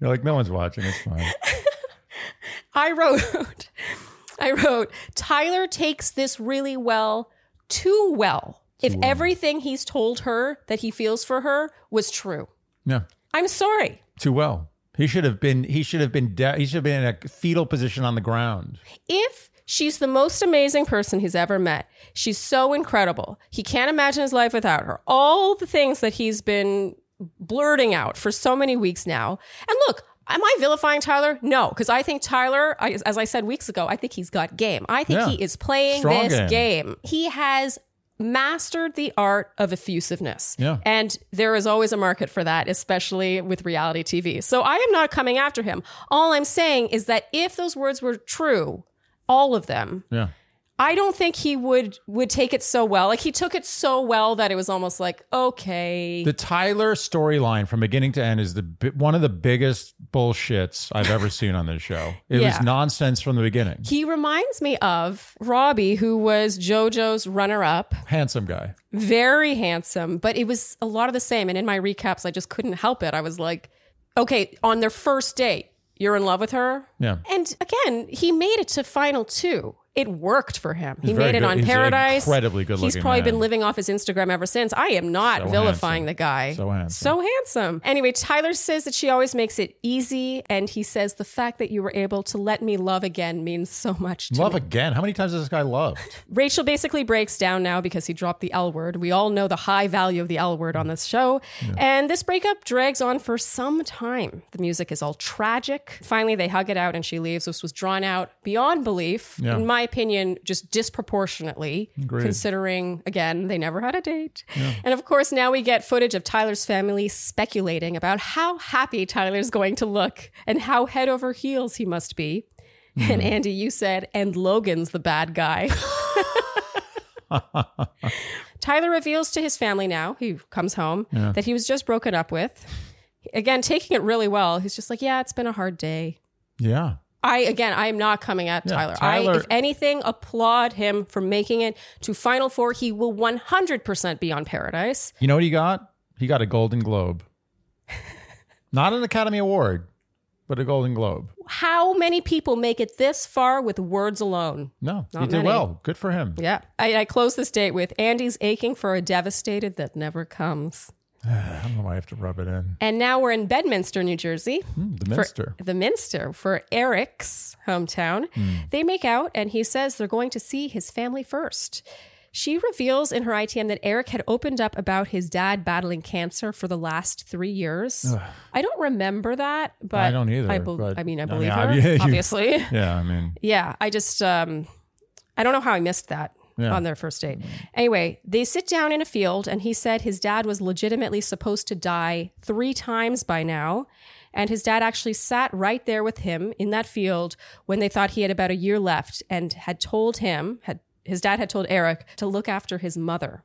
[SPEAKER 1] You're like, no one's watching. It's fine.
[SPEAKER 2] I wrote, I wrote, Tyler takes this really well, too well. If everything he's told her that he feels for her was true,
[SPEAKER 1] No,
[SPEAKER 2] I'm sorry.
[SPEAKER 1] too well. He should have been. He should have been. De- he should have been in a fetal position on the ground.
[SPEAKER 2] If she's the most amazing person he's ever met, she's so incredible. He can't imagine his life without her. All the things that he's been blurting out for so many weeks now. And look, am I vilifying Tyler? No, because I think Tyler, I, as I said weeks ago, I think he's got game. I think
[SPEAKER 1] Yeah.
[SPEAKER 2] he is playing
[SPEAKER 1] Strong
[SPEAKER 2] this
[SPEAKER 1] game.
[SPEAKER 2] game. He has mastered the art of effusiveness.
[SPEAKER 1] Yeah.
[SPEAKER 2] And there is always a market for that, especially with reality TV. So I am not coming after him. All I'm saying is that if those words were true, all of them,
[SPEAKER 1] Yeah.
[SPEAKER 2] I don't think he would would take it so well. Like he took it so well that it was almost like, okay.
[SPEAKER 1] The Tyler storyline from beginning to end is the bi- one of the biggest bullshits I've ever seen on this show. It
[SPEAKER 2] Yeah.
[SPEAKER 1] was nonsense from the beginning.
[SPEAKER 2] he reminds me of Robbie, who was JoJo's runner up.
[SPEAKER 1] Handsome guy.
[SPEAKER 2] very handsome, but it was a lot of the same. And in my recaps, I just couldn't help it. I was like, okay, on their first date, you're in love with her.
[SPEAKER 1] Yeah.
[SPEAKER 2] And again, he made it to final two. It worked for him. he
[SPEAKER 1] very
[SPEAKER 2] made it
[SPEAKER 1] good.
[SPEAKER 2] on
[SPEAKER 1] He's an
[SPEAKER 2] Paradise.
[SPEAKER 1] incredibly good-looking
[SPEAKER 2] He's probably
[SPEAKER 1] man.
[SPEAKER 2] been living off his Instagram ever since. I am not
[SPEAKER 1] So
[SPEAKER 2] vilifying
[SPEAKER 1] handsome.
[SPEAKER 2] the guy.
[SPEAKER 1] So handsome.
[SPEAKER 2] So handsome. Anyway, Tyler says that she always makes it easy. And he says, the fact that you were able to let me love again means so much to
[SPEAKER 1] Love again. How many times has this guy loved?
[SPEAKER 2] Rachel basically breaks down now because he dropped the L word. We all know the high value of the L word on this show. And this breakup drags on for some time. The music is all tragic. Finally, they hug it out and she leaves. This was drawn out beyond belief,
[SPEAKER 1] Yeah.
[SPEAKER 2] in my opinion, just disproportionately,
[SPEAKER 1] Agreed.
[SPEAKER 2] considering, again, they never had a date. And of course, now we get footage of Tyler's family speculating about how happy Tyler's going to look and how head over heels he must be.
[SPEAKER 1] Hmm.
[SPEAKER 2] And Andy, you said, and Logan's the bad guy. Tyler reveals to his family now, he comes home, that he was just broken up with. Again, taking it really well. He's just like, yeah, it's been a hard day.
[SPEAKER 1] yeah.
[SPEAKER 2] I, again, I am not coming at Tyler. I,
[SPEAKER 1] Tyler-
[SPEAKER 2] if anything, applaud him for making it to Final Four. He will 100% be on Paradise.
[SPEAKER 1] You know what he got? He got a Golden Globe. Not an Academy Award, but a Golden Globe.
[SPEAKER 2] How many people make it this far with words alone?
[SPEAKER 1] No, he
[SPEAKER 2] Not
[SPEAKER 1] did
[SPEAKER 2] many.
[SPEAKER 1] well. Good for him.
[SPEAKER 2] Yeah. I, I close this date with Andy's aching for a devastated that never comes.
[SPEAKER 1] I don't know why I have to rub it in.
[SPEAKER 2] And now we're in Bedminster, New Jersey.
[SPEAKER 1] Hmm, the Minster.
[SPEAKER 2] The Minster for Eric's hometown.
[SPEAKER 1] Hmm.
[SPEAKER 2] They make out, and he says they're going to see his family first. She reveals in her ITM that Eric had opened up about his dad battling cancer for the last three years. I don't remember that, but
[SPEAKER 1] I don't either,
[SPEAKER 2] I, bel-
[SPEAKER 1] but-
[SPEAKER 2] I mean, I
[SPEAKER 1] I mean,
[SPEAKER 2] believe
[SPEAKER 1] ob-
[SPEAKER 2] her,
[SPEAKER 1] yeah, you-
[SPEAKER 2] obviously.
[SPEAKER 1] yeah, I mean,
[SPEAKER 2] Yeah, I just um I don't know how I missed that
[SPEAKER 1] Yeah.
[SPEAKER 2] on their first date. Anyway, they sit down in a field and he said his dad was legitimately supposed to die 3 times by now and his dad actually sat right there with him in that field when they thought he had about a year left and had told him had his dad had told Eric to look after his mother.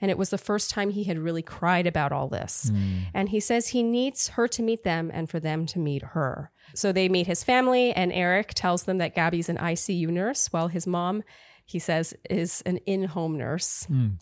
[SPEAKER 2] And it was the first time he had really cried about all this.
[SPEAKER 1] hmm. Mm.
[SPEAKER 2] And he says he needs her to meet them and for them to meet her. So they meet his family, and Eric tells them that Gabby's an ICU nurse, while his mom, he says, is an in home nurse.
[SPEAKER 1] Mm.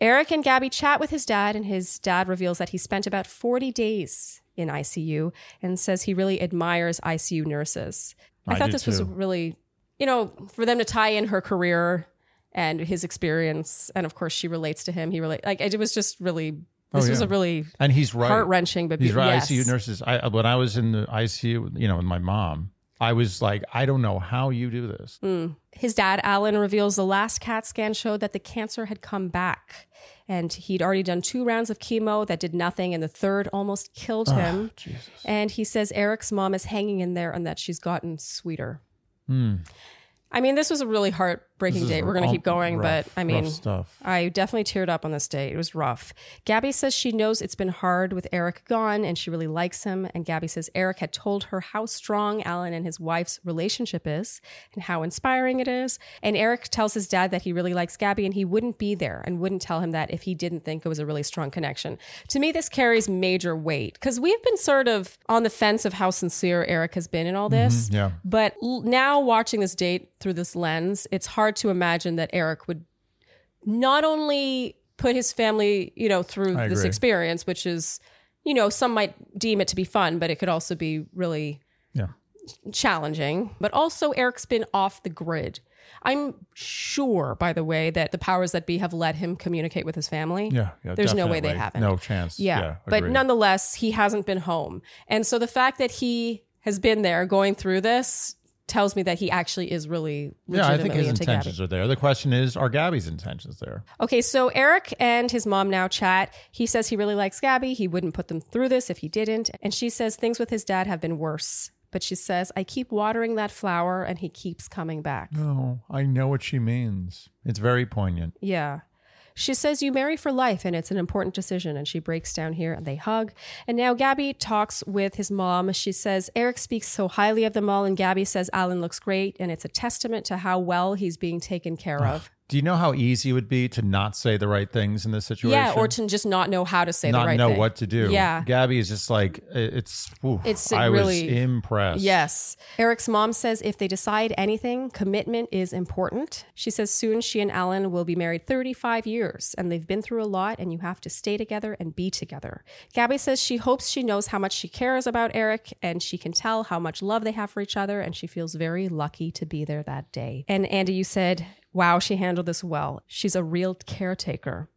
[SPEAKER 2] Eric and Gabby chat with his dad, and his dad reveals that he spent about 40 days in ICU and says he really admires ICU nurses. I,
[SPEAKER 1] I
[SPEAKER 2] thought
[SPEAKER 1] did
[SPEAKER 2] this was
[SPEAKER 1] too.
[SPEAKER 2] really, you know, for them to tie in her career and his experience, and of course she relates to him. He relate like it was just really. This was
[SPEAKER 1] Oh, yeah.
[SPEAKER 2] a really
[SPEAKER 1] And he's right.
[SPEAKER 2] heart wrenching, but be-
[SPEAKER 1] These were
[SPEAKER 2] yes.
[SPEAKER 1] ICU nurses. I uh, when I was in the ICU, you know, with my mom, I was like, I don't know how you do this.
[SPEAKER 2] Mm. His dad, Alan, reveals the last CAT scan showed that the cancer had come back. And he'd already done two rounds of chemo that did nothing, and the third almost killed him.
[SPEAKER 1] Ah, Jesus.
[SPEAKER 2] And he says Eric's mom is hanging in there and that she's gotten sweeter. I mean, this was a really heartbreaking
[SPEAKER 1] Hmm. This is
[SPEAKER 2] day. We're going to
[SPEAKER 1] all
[SPEAKER 2] keep going,
[SPEAKER 1] rough-
[SPEAKER 2] but I
[SPEAKER 1] rough
[SPEAKER 2] mean,
[SPEAKER 1] stuff.
[SPEAKER 2] I definitely teared up on this day. It was rough. Gabby says she knows it's been hard with Eric gone and she really likes him. And Gabby says Eric had told her how strong Alan and his wife's relationship is and how inspiring it is. And Eric tells his dad that he really likes Gabby and he wouldn't be there and wouldn't tell him that if he didn't think it was a really strong connection. To me, this carries major weight because we've been sort of on the fence of how sincere Eric has been in all this.
[SPEAKER 1] Yeah.
[SPEAKER 2] But l- now watching this date through this lens, it's hard to imagine that Eric would not only put his family, you know, through
[SPEAKER 1] I
[SPEAKER 2] this
[SPEAKER 1] agree.
[SPEAKER 2] experience, which is, you know, some might deem it to be fun, but it could also be really
[SPEAKER 1] Yeah.
[SPEAKER 2] challenging. But also Eric's been off the grid. I'm sure, by the way, that the powers that be have let him communicate with his family.
[SPEAKER 1] Yeah. yeah
[SPEAKER 2] There's no way they
[SPEAKER 1] definitely.
[SPEAKER 2] haven't.
[SPEAKER 1] No chance.
[SPEAKER 2] Yeah. but
[SPEAKER 1] agreed.
[SPEAKER 2] nonetheless, he hasn't been home. And so the fact that he has been there going through this tells me that he actually is really
[SPEAKER 1] Yeah, I
[SPEAKER 2] legitimately
[SPEAKER 1] think his
[SPEAKER 2] into Gabby.
[SPEAKER 1] intentions are there. The question is, are Gabby's intentions there?
[SPEAKER 2] Okay, so Eric and his mom now chat. He says he really likes Gabby. He wouldn't put them through this if he didn't. And she says things with his dad have been worse. But she says, I keep watering that flower and he keeps coming back.
[SPEAKER 1] No, Oh, I know what she means. It's very poignant.
[SPEAKER 2] Yeah. She says you marry for life and it's an important decision. And she breaks down here and they hug. And now Gabby talks with his mom. She says, Eric speaks so highly of them all. And Gabby says, Alan looks great. And it's a testament to how well he's being taken care of.
[SPEAKER 1] Do you know how easy it would be to not say the right things in this situation?
[SPEAKER 2] Yeah. Or to just not know how to say
[SPEAKER 1] not
[SPEAKER 2] the right
[SPEAKER 1] know
[SPEAKER 2] thing.
[SPEAKER 1] what to do.
[SPEAKER 2] Yeah.
[SPEAKER 1] Gabby is just like i- it's. oof,
[SPEAKER 2] It's
[SPEAKER 1] I
[SPEAKER 2] really-
[SPEAKER 1] was impressed.
[SPEAKER 2] Yes. Eric's mom says if they decide anything, commitment is important. She says soon she and Alan will be married 35 years and they've been through a lot and you have to stay together and be together. Gabby says she hopes she knows how much she cares about Eric and she can tell how much love they have for each other and she feels very lucky to be there that day. And Andy, you said, wow, she handled this well. She's a real caretaker.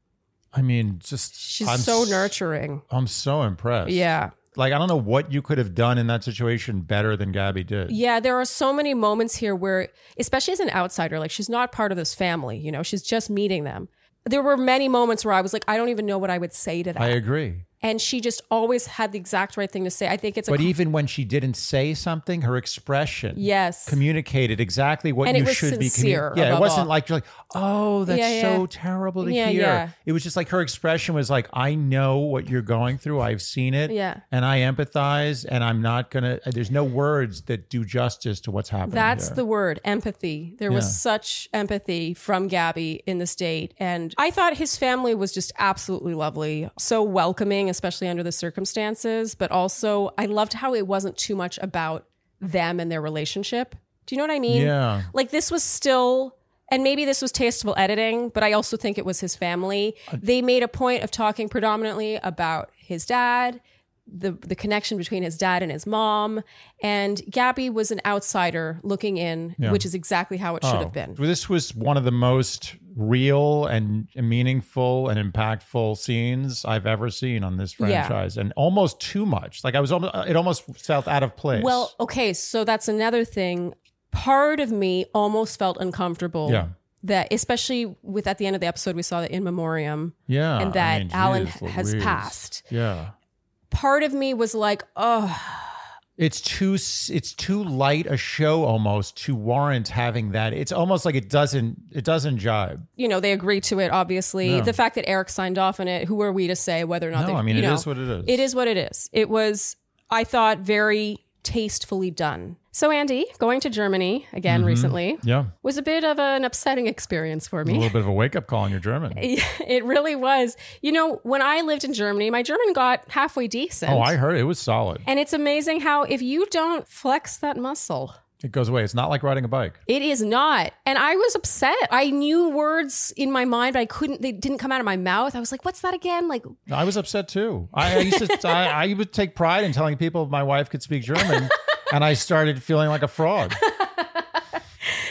[SPEAKER 1] I mean, just
[SPEAKER 2] She's
[SPEAKER 1] I'm
[SPEAKER 2] so
[SPEAKER 1] s-
[SPEAKER 2] nurturing.
[SPEAKER 1] I'm so impressed.
[SPEAKER 2] Yeah.
[SPEAKER 1] Like I don't know what you could have done in that situation better than Gabby did.
[SPEAKER 2] Yeah, there are so many moments here where, especially as an outsider, like she's not part of this family, you know, she's just meeting them. There were many moments where I was like, I don't even know what I would say to that.
[SPEAKER 1] I agree.
[SPEAKER 2] and she just always had the exact right thing to say. I think it's a.
[SPEAKER 1] But even when she didn't say something, her expression
[SPEAKER 2] Yes.
[SPEAKER 1] communicated exactly what
[SPEAKER 2] And it
[SPEAKER 1] you
[SPEAKER 2] was
[SPEAKER 1] should be
[SPEAKER 2] sincere,
[SPEAKER 1] communi- Yeah,
[SPEAKER 2] above
[SPEAKER 1] it wasn't
[SPEAKER 2] all.
[SPEAKER 1] like you're like, oh, that's
[SPEAKER 2] Yeah,
[SPEAKER 1] so
[SPEAKER 2] yeah.
[SPEAKER 1] terrible to
[SPEAKER 2] Yeah,
[SPEAKER 1] hear.
[SPEAKER 2] yeah.
[SPEAKER 1] It was just like her expression was like, I know what you're going through. I've seen it.
[SPEAKER 2] Yeah.
[SPEAKER 1] And I empathize. And I'm not gonna there's no words that do justice to what's happening.
[SPEAKER 2] That's
[SPEAKER 1] here.
[SPEAKER 2] the word, empathy. There
[SPEAKER 1] Yeah.
[SPEAKER 2] was such empathy from Gabby in this date. And I thought his family was just absolutely lovely, so welcoming, especially under the circumstances. But also, I loved how it wasn't too much about them and their relationship. Do you know what I mean?
[SPEAKER 1] Yeah.
[SPEAKER 2] Like, this was still. And maybe this was tasteful editing, but I also think it was his family.
[SPEAKER 1] Uh,
[SPEAKER 2] They made a point of talking predominantly about his dad, the the connection between his dad and his mom. And Gabby was an outsider looking in, which is exactly how it should
[SPEAKER 1] Oh.
[SPEAKER 2] have been.
[SPEAKER 1] This was one of the most real and meaningful and impactful scenes I've ever seen on this
[SPEAKER 2] Yeah.
[SPEAKER 1] franchise, and almost too much. Like I was almost, it almost felt out of place.
[SPEAKER 2] Well, okay, so that's another thing. Part of me almost felt uncomfortable.
[SPEAKER 1] Yeah.
[SPEAKER 2] That especially with at the end of the episode we saw that in memoriam
[SPEAKER 1] yeah,
[SPEAKER 2] and
[SPEAKER 1] Uh, I
[SPEAKER 2] that
[SPEAKER 1] mean,
[SPEAKER 2] Alan
[SPEAKER 1] geez
[SPEAKER 2] has
[SPEAKER 1] Louise.
[SPEAKER 2] passed.
[SPEAKER 1] Yeah,
[SPEAKER 2] Part of me was like, oh
[SPEAKER 1] it's too s- it's too light a show almost to warrant having that. It's almost like it doesn't it doesn't jibe.
[SPEAKER 2] you know, they agreed to it, obviously.
[SPEAKER 1] No.
[SPEAKER 2] The fact that Eric signed off on it, who are we to say whether or not
[SPEAKER 1] No,
[SPEAKER 2] they
[SPEAKER 1] I mean
[SPEAKER 2] you
[SPEAKER 1] it is
[SPEAKER 2] know.
[SPEAKER 1] what it is.
[SPEAKER 2] It is what it is. It was, I thought, very tastefully done. So, Andy, going to Germany again
[SPEAKER 1] Mm-hmm.
[SPEAKER 2] recently
[SPEAKER 1] Yeah,
[SPEAKER 2] was a bit of an upsetting experience for
[SPEAKER 1] a
[SPEAKER 2] me.
[SPEAKER 1] little bit of a wake up call in your German.
[SPEAKER 2] it really was. You know, when I lived in Germany, my German got halfway decent.
[SPEAKER 1] Oh, I heard it was solid.
[SPEAKER 2] and it's amazing how if you don't flex that muscle,
[SPEAKER 1] It goes away. It's not like riding a bike.
[SPEAKER 2] it is not. And I was upset. I knew words in my mind, but I couldn't, they didn't come out of my mouth. I was like, what's that again? Like,
[SPEAKER 1] I was upset too. I, I used to, I, I would take pride in telling people my wife could speak German. and I started feeling like a frog.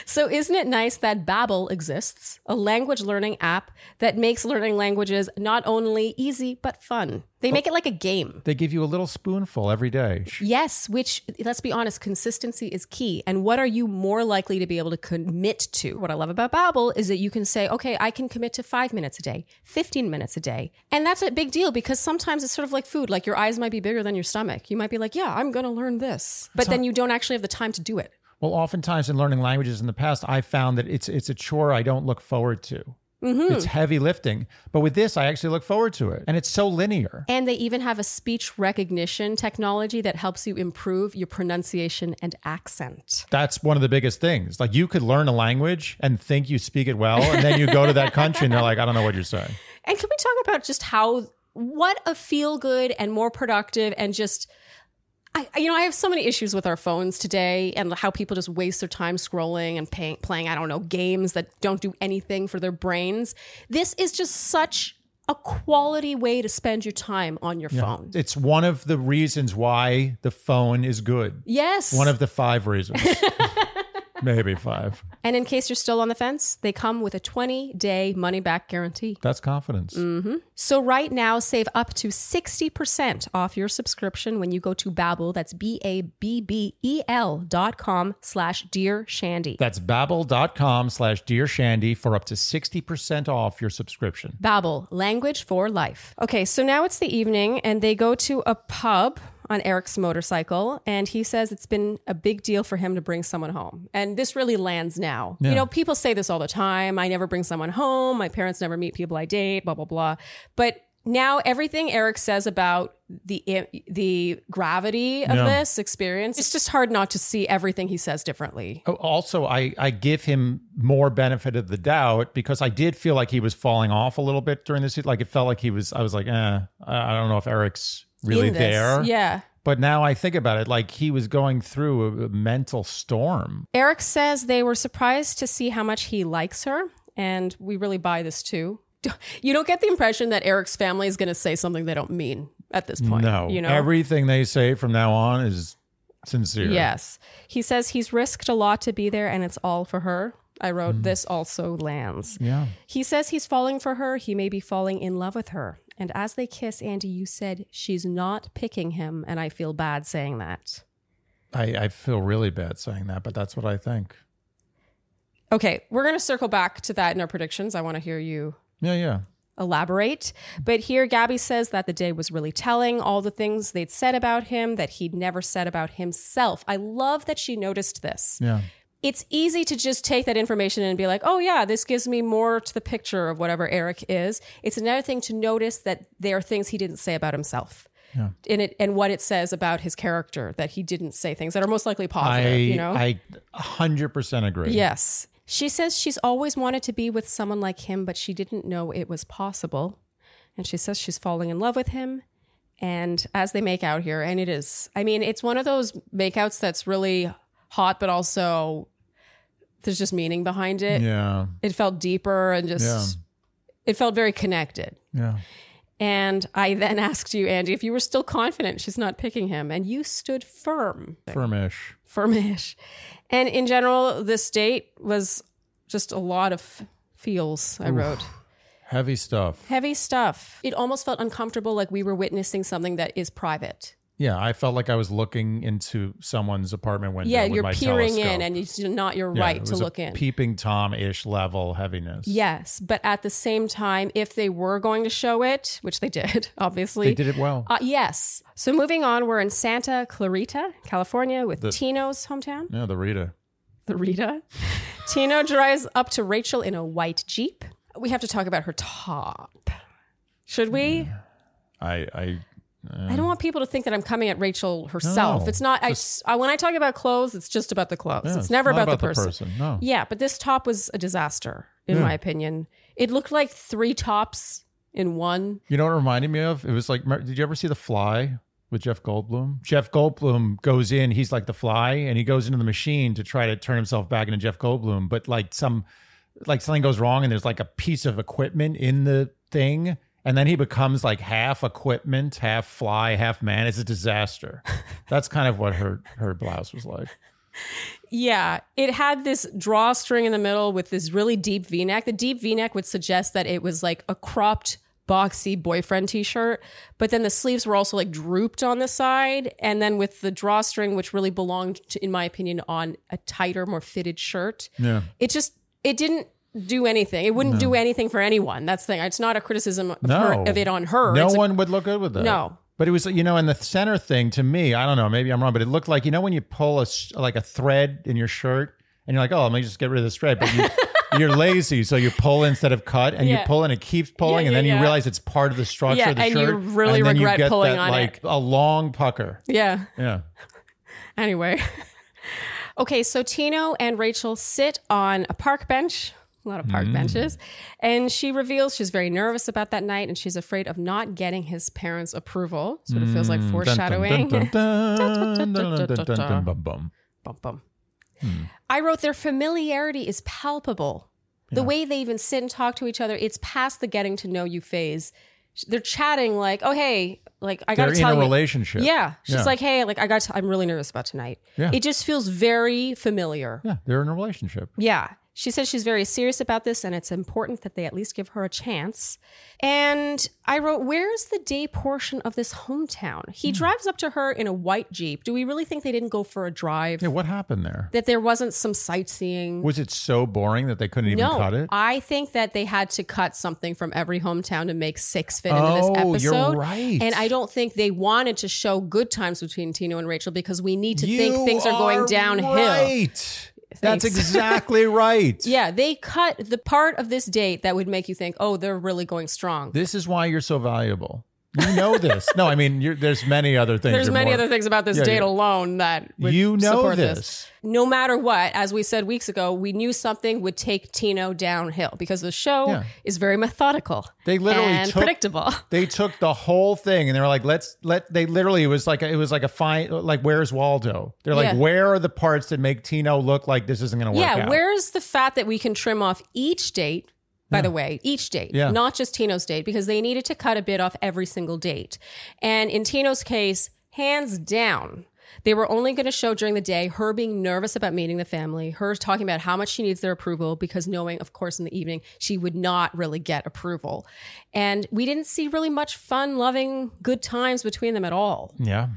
[SPEAKER 2] So, isn't it nice that Babbel exists, a language learning app that makes learning languages not only easy but fun? They make it like a game.
[SPEAKER 1] They give you a little spoonful every day.
[SPEAKER 2] Yes, which let's be honest, consistency is key. And what are you more likely to be able to commit to? What I love about Babbel is that you can say, okay, I can commit to five minutes a day, 15 minutes a day. And that's a big deal because sometimes it's sort of like food, like your eyes might be bigger than your stomach. You might be like, yeah, I'm going to learn this. But then you don't actually have the time to do it.
[SPEAKER 1] Well, oftentimes in learning languages in the past, I found that it's it's a chore I don't look forward to. It's heavy lifting. But with this, I actually look forward to it. And it's so linear.
[SPEAKER 2] And they even have a speech recognition technology that helps you improve your pronunciation and accent.
[SPEAKER 1] That's one of the biggest things. Like you could learn a language and think you speak it well, and then you go to that country and they're like, I don't know what you're saying.
[SPEAKER 2] And can we talk about just how what a feel good and more productive and just I I- you know I have so many issues with our phones today and how people just waste their time scrolling and paying, playing I don't know games that don't do anything for their brains. This is just such a quality way to spend your time on your phone.
[SPEAKER 1] It's one of the reasons why the phone is good.
[SPEAKER 2] Yes.
[SPEAKER 1] One of the five reasons. Maybe five.
[SPEAKER 2] And in case you're still on the fence, they come with a 20 day money back guarantee.
[SPEAKER 1] That's confidence.
[SPEAKER 2] Mm. So right now, save up to 60% off your subscription when you go to Babbel, that's B-A-B-B-E-L E dot com slash Dear Shandy.
[SPEAKER 1] That's babbel.com slash dear shandy for up to 60% off your subscription.
[SPEAKER 2] Babbel, language for life. Okay, so now it's the evening and they go to a pub on Eric's motorcycle and he says it's been a big deal for him to bring someone home. And this really lands now. You know, people say this all the time, I never bring someone home, my parents never meet people I date, blah blah blah. But now everything Eric says about the the gravity of
[SPEAKER 1] Yeah.
[SPEAKER 2] this experience, it's just hard not to see everything he says differently.
[SPEAKER 1] Oh, Also, I, I give him more benefit of the doubt because I did feel like he was falling off a little bit during this. Like it felt like he was, I was like, eh, I I don't know if Eric's really
[SPEAKER 2] in this.
[SPEAKER 1] there.
[SPEAKER 2] Yeah.
[SPEAKER 1] But now I think about it, like he was going through a, a mental storm.
[SPEAKER 2] Eric says they were surprised to see how much he likes her, and we really buy this too. You don't get the impression that Eric's family is going to say something they don't mean at this point.
[SPEAKER 1] No,
[SPEAKER 2] you know,
[SPEAKER 1] everything they say from now on is sincere.
[SPEAKER 2] yes. He says he's risked a lot to be there, and it's all for her. I wrote this also lands.
[SPEAKER 1] Yeah.
[SPEAKER 2] He says he's falling for her. He may be falling in love with her. And as they kiss, Andy, you said she's not picking him, and I feel bad saying that.
[SPEAKER 1] I, I feel really bad saying that, but that's what I think.
[SPEAKER 2] Okay, we're going to circle back to that in our predictions. I want to hear you
[SPEAKER 1] Yeah, yeah.
[SPEAKER 2] elaborate. But here, Gabby says that the day was really telling, all the things they'd said about him that he'd never said about himself. I love that she noticed this.
[SPEAKER 1] Yeah.
[SPEAKER 2] It's easy to just take that information and be like, oh, yeah, this gives me more to the picture of whatever Eric is. It's another thing to notice that there are things he didn't say about himself.
[SPEAKER 1] Yeah.
[SPEAKER 2] And, it, and what it says about his character that he didn't say things that are most likely positive,
[SPEAKER 1] I,
[SPEAKER 2] you know?
[SPEAKER 1] I 100% agree.
[SPEAKER 2] Yes. She says she's always wanted to be with someone like him, but she didn't know it was possible. And she says she's falling in love with him. And as they make out here, and it is, I mean, it's one of those makeouts that's really hot, but also there's just meaning behind it.
[SPEAKER 1] Yeah.
[SPEAKER 2] It felt deeper and just,
[SPEAKER 1] Yeah.
[SPEAKER 2] it felt very connected.
[SPEAKER 1] Yeah.
[SPEAKER 2] And I then asked you, Andy, if you were still confident she's not picking him. And you stood firm
[SPEAKER 1] Firmish.
[SPEAKER 2] firmish. And in general, this date was just a lot of feels I wrote.
[SPEAKER 1] Heavy stuff.
[SPEAKER 2] Heavy stuff. It almost felt uncomfortable, like we were witnessing something that is private.
[SPEAKER 1] Yeah, I felt like I was looking into someone's apartment window.
[SPEAKER 2] Yeah,
[SPEAKER 1] with
[SPEAKER 2] you're
[SPEAKER 1] my
[SPEAKER 2] peering
[SPEAKER 1] telescope.
[SPEAKER 2] in and it's not your
[SPEAKER 1] Yeah,
[SPEAKER 2] right
[SPEAKER 1] it
[SPEAKER 2] to
[SPEAKER 1] was a
[SPEAKER 2] look in.
[SPEAKER 1] Peeping Tom ish level heaviness.
[SPEAKER 2] yes. But at the same time, if they were going to show it, which they did, obviously.
[SPEAKER 1] They did it well.
[SPEAKER 2] Uh, yes. So moving on, we're in Santa Clarita, California, with Tino's hometown.
[SPEAKER 1] yeah, the Rita.
[SPEAKER 2] the Rita. Tino drives up to Rachel in a white Jeep. We have to talk about her top. Should we?
[SPEAKER 1] I, I
[SPEAKER 2] I don't want people to think that I'm coming at Rachel herself.
[SPEAKER 1] No,
[SPEAKER 2] it's not. I, I when I talk about clothes, it's just about the clothes.
[SPEAKER 1] yeah,
[SPEAKER 2] it's, never
[SPEAKER 1] not
[SPEAKER 2] about, the, person.
[SPEAKER 1] No.
[SPEAKER 2] Yeah, but this top was a disaster, in my opinion. It looked like three tops in one.
[SPEAKER 1] You know what it reminded me of? It was like, mer- did you ever see The Fly with Jeff Goldblum? Jeff Goldblum goes in, he's like the fly, and he goes into the machine to try to turn himself back into Jeff Goldblum, but like some, like something goes wrong, and there's like a piece of equipment in the thing, And then he becomes like half equipment, half fly, half man. It's a disaster. That's kind of what her her blouse was like.
[SPEAKER 2] Yeah, it had this drawstring in the middle with this really deep V neck. The deep V neck would suggest that it was like a cropped, boxy boyfriend t shirt, but then the sleeves were also like drooped on the side. And then with the drawstring, which really belonged, to, in my opinion, on a tighter, more fitted shirt,
[SPEAKER 1] Yeah.
[SPEAKER 2] it just, it didn't do anything. It wouldn't do anything for anyone. That's the thing. It's not a criticism of,
[SPEAKER 1] No.
[SPEAKER 2] her, of it on her.
[SPEAKER 1] No
[SPEAKER 2] It's a-
[SPEAKER 1] one would look good with that.
[SPEAKER 2] No.
[SPEAKER 1] But it was, you know, and the center thing to me, I don't know, maybe I'm wrong, but it looked like, you know, when you pull a, s- like a thread in your shirt and you're like, oh, let me just get rid of this thread. But you, you're lazy. So you pull instead of cut and
[SPEAKER 2] Yeah.
[SPEAKER 1] you pull and it keeps pulling. and
[SPEAKER 2] Yeah, yeah,
[SPEAKER 1] then
[SPEAKER 2] yeah.
[SPEAKER 1] you realize it's part of the structure
[SPEAKER 2] Yeah,
[SPEAKER 1] of the
[SPEAKER 2] and you
[SPEAKER 1] shirt.
[SPEAKER 2] really
[SPEAKER 1] and then
[SPEAKER 2] regret
[SPEAKER 1] you get
[SPEAKER 2] pulling
[SPEAKER 1] that,
[SPEAKER 2] on it.
[SPEAKER 1] like a long pucker.
[SPEAKER 2] yeah.
[SPEAKER 1] Yeah.
[SPEAKER 2] Anyway. Okay, so Tino and Rachel sit on a park bench, a lot of park
[SPEAKER 1] Mm.
[SPEAKER 2] benches, and she reveals she's very nervous about that night and she's afraid of not getting his parents' approval. Sort of feels like foreshadowing.
[SPEAKER 1] Mm. Dun, dun, dun, dun, dun, dun, dun, dun, dun, bum, bum.
[SPEAKER 2] Bum, bum.
[SPEAKER 1] Hmm.
[SPEAKER 2] I wrote their familiarity is palpable. The way they even sit and talk to each other, it's past the getting to know you phase. They're chatting like, "Oh hey, like I got
[SPEAKER 1] They're in
[SPEAKER 2] to
[SPEAKER 1] a
[SPEAKER 2] tell you,
[SPEAKER 1] relationship.
[SPEAKER 2] yeah." She's
[SPEAKER 1] Yeah.
[SPEAKER 2] like, "Hey, like I got, to, I'm really nervous about tonight."
[SPEAKER 1] Yeah.
[SPEAKER 2] It just feels very familiar.
[SPEAKER 1] Yeah. They're in a relationship.
[SPEAKER 2] Yeah. She says she's very serious about this and it's important that they at least give her a chance. And I wrote, Where's the day portion of this hometown?
[SPEAKER 1] Hmm.
[SPEAKER 2] He drives up to her in a white Jeep. Do we really think they didn't go for a drive?
[SPEAKER 1] Yeah. What happened there?
[SPEAKER 2] That there wasn't some sightseeing?
[SPEAKER 1] Was it so boring that they couldn't even
[SPEAKER 2] no,
[SPEAKER 1] cut it?
[SPEAKER 2] I think that they had to cut something from every hometown to make six fit into this
[SPEAKER 1] Oh,
[SPEAKER 2] episode.
[SPEAKER 1] you're right.
[SPEAKER 2] And I don't think they wanted to show good times between Tino and Rachel because we need to think things are going downhill.
[SPEAKER 1] Right.
[SPEAKER 2] Thanks.
[SPEAKER 1] That's exactly right.
[SPEAKER 2] Yeah, they cut the part of this date that would make you think, oh, they're really going strong.
[SPEAKER 1] This is why you're so valuable. You know this. no, I mean, you're, there's many other things.
[SPEAKER 2] There's
[SPEAKER 1] you're
[SPEAKER 2] many
[SPEAKER 1] more-
[SPEAKER 2] other things about this
[SPEAKER 1] Yeah,
[SPEAKER 2] date
[SPEAKER 1] yeah.
[SPEAKER 2] alone that would
[SPEAKER 1] You know
[SPEAKER 2] support
[SPEAKER 1] this.
[SPEAKER 2] this. No matter what, as we said weeks ago, we knew something would take Tino downhill because the show
[SPEAKER 1] Yeah.
[SPEAKER 2] is very methodical
[SPEAKER 1] They literally
[SPEAKER 2] and
[SPEAKER 1] took
[SPEAKER 2] predictable.
[SPEAKER 1] they took the whole thing and they were like, let's let they literally it was like it was like a fine like where's Waldo? They're like,
[SPEAKER 2] Yeah.
[SPEAKER 1] where are the parts that make Tino look like this isn't gonna work
[SPEAKER 2] Yeah,
[SPEAKER 1] out?
[SPEAKER 2] where's the fat that we can trim off each date? By the way, each date,
[SPEAKER 1] Yeah.
[SPEAKER 2] not just Tino's date, because they needed to cut a bit off every single date. And in Tino's case, hands down, they were only going to show during the day her being nervous about meeting the family, her talking about how much she needs their approval, because knowing, of course, in the evening, she would not really get approval. And we didn't see really much fun, loving, good times between them at all.
[SPEAKER 1] yeah.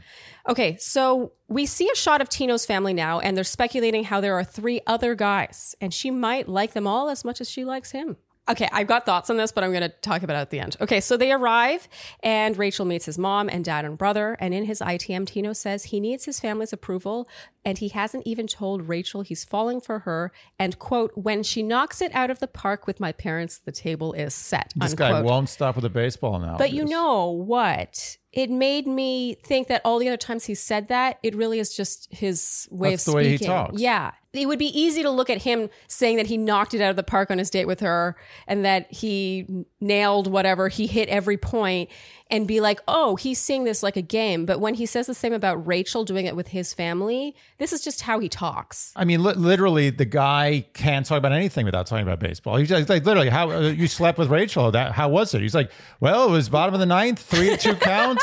[SPEAKER 2] Okay, so we see a shot of Tino's family now, and they're speculating how there are three other guys, and she might like them all as much as she likes him. Okay, I've got thoughts on this, but I'm going to talk about it at the end. Okay, so they arrive, and Rachel meets his mom and dad and brother. And in his ITM, Tino says he needs his family's approval, and he hasn't even told Rachel he's falling for her. And quote, when she knocks it out of the park with my parents, the table is set.
[SPEAKER 1] This
[SPEAKER 2] unquote.
[SPEAKER 1] guy won't stop with a baseball now.
[SPEAKER 2] But you know what? It made me think that all the other times he said that, it really is just his way
[SPEAKER 1] That's
[SPEAKER 2] of
[SPEAKER 1] the way he
[SPEAKER 2] speaking.
[SPEAKER 1] talks.
[SPEAKER 2] Yeah. It would be easy to look at him saying that he knocked it out of the park on his date with her and that he nailed whatever, he hit every point and be like, oh, he's seeing this like a game. But when he says the same about Rachel doing it with his family, this is just how he talks.
[SPEAKER 1] I mean, li- literally, the guy can't talk about anything without talking about baseball. He's like, like, literally, how uh, you slept with Rachel? That how was it? He's like, well, it was bottom of the ninth, three to two count,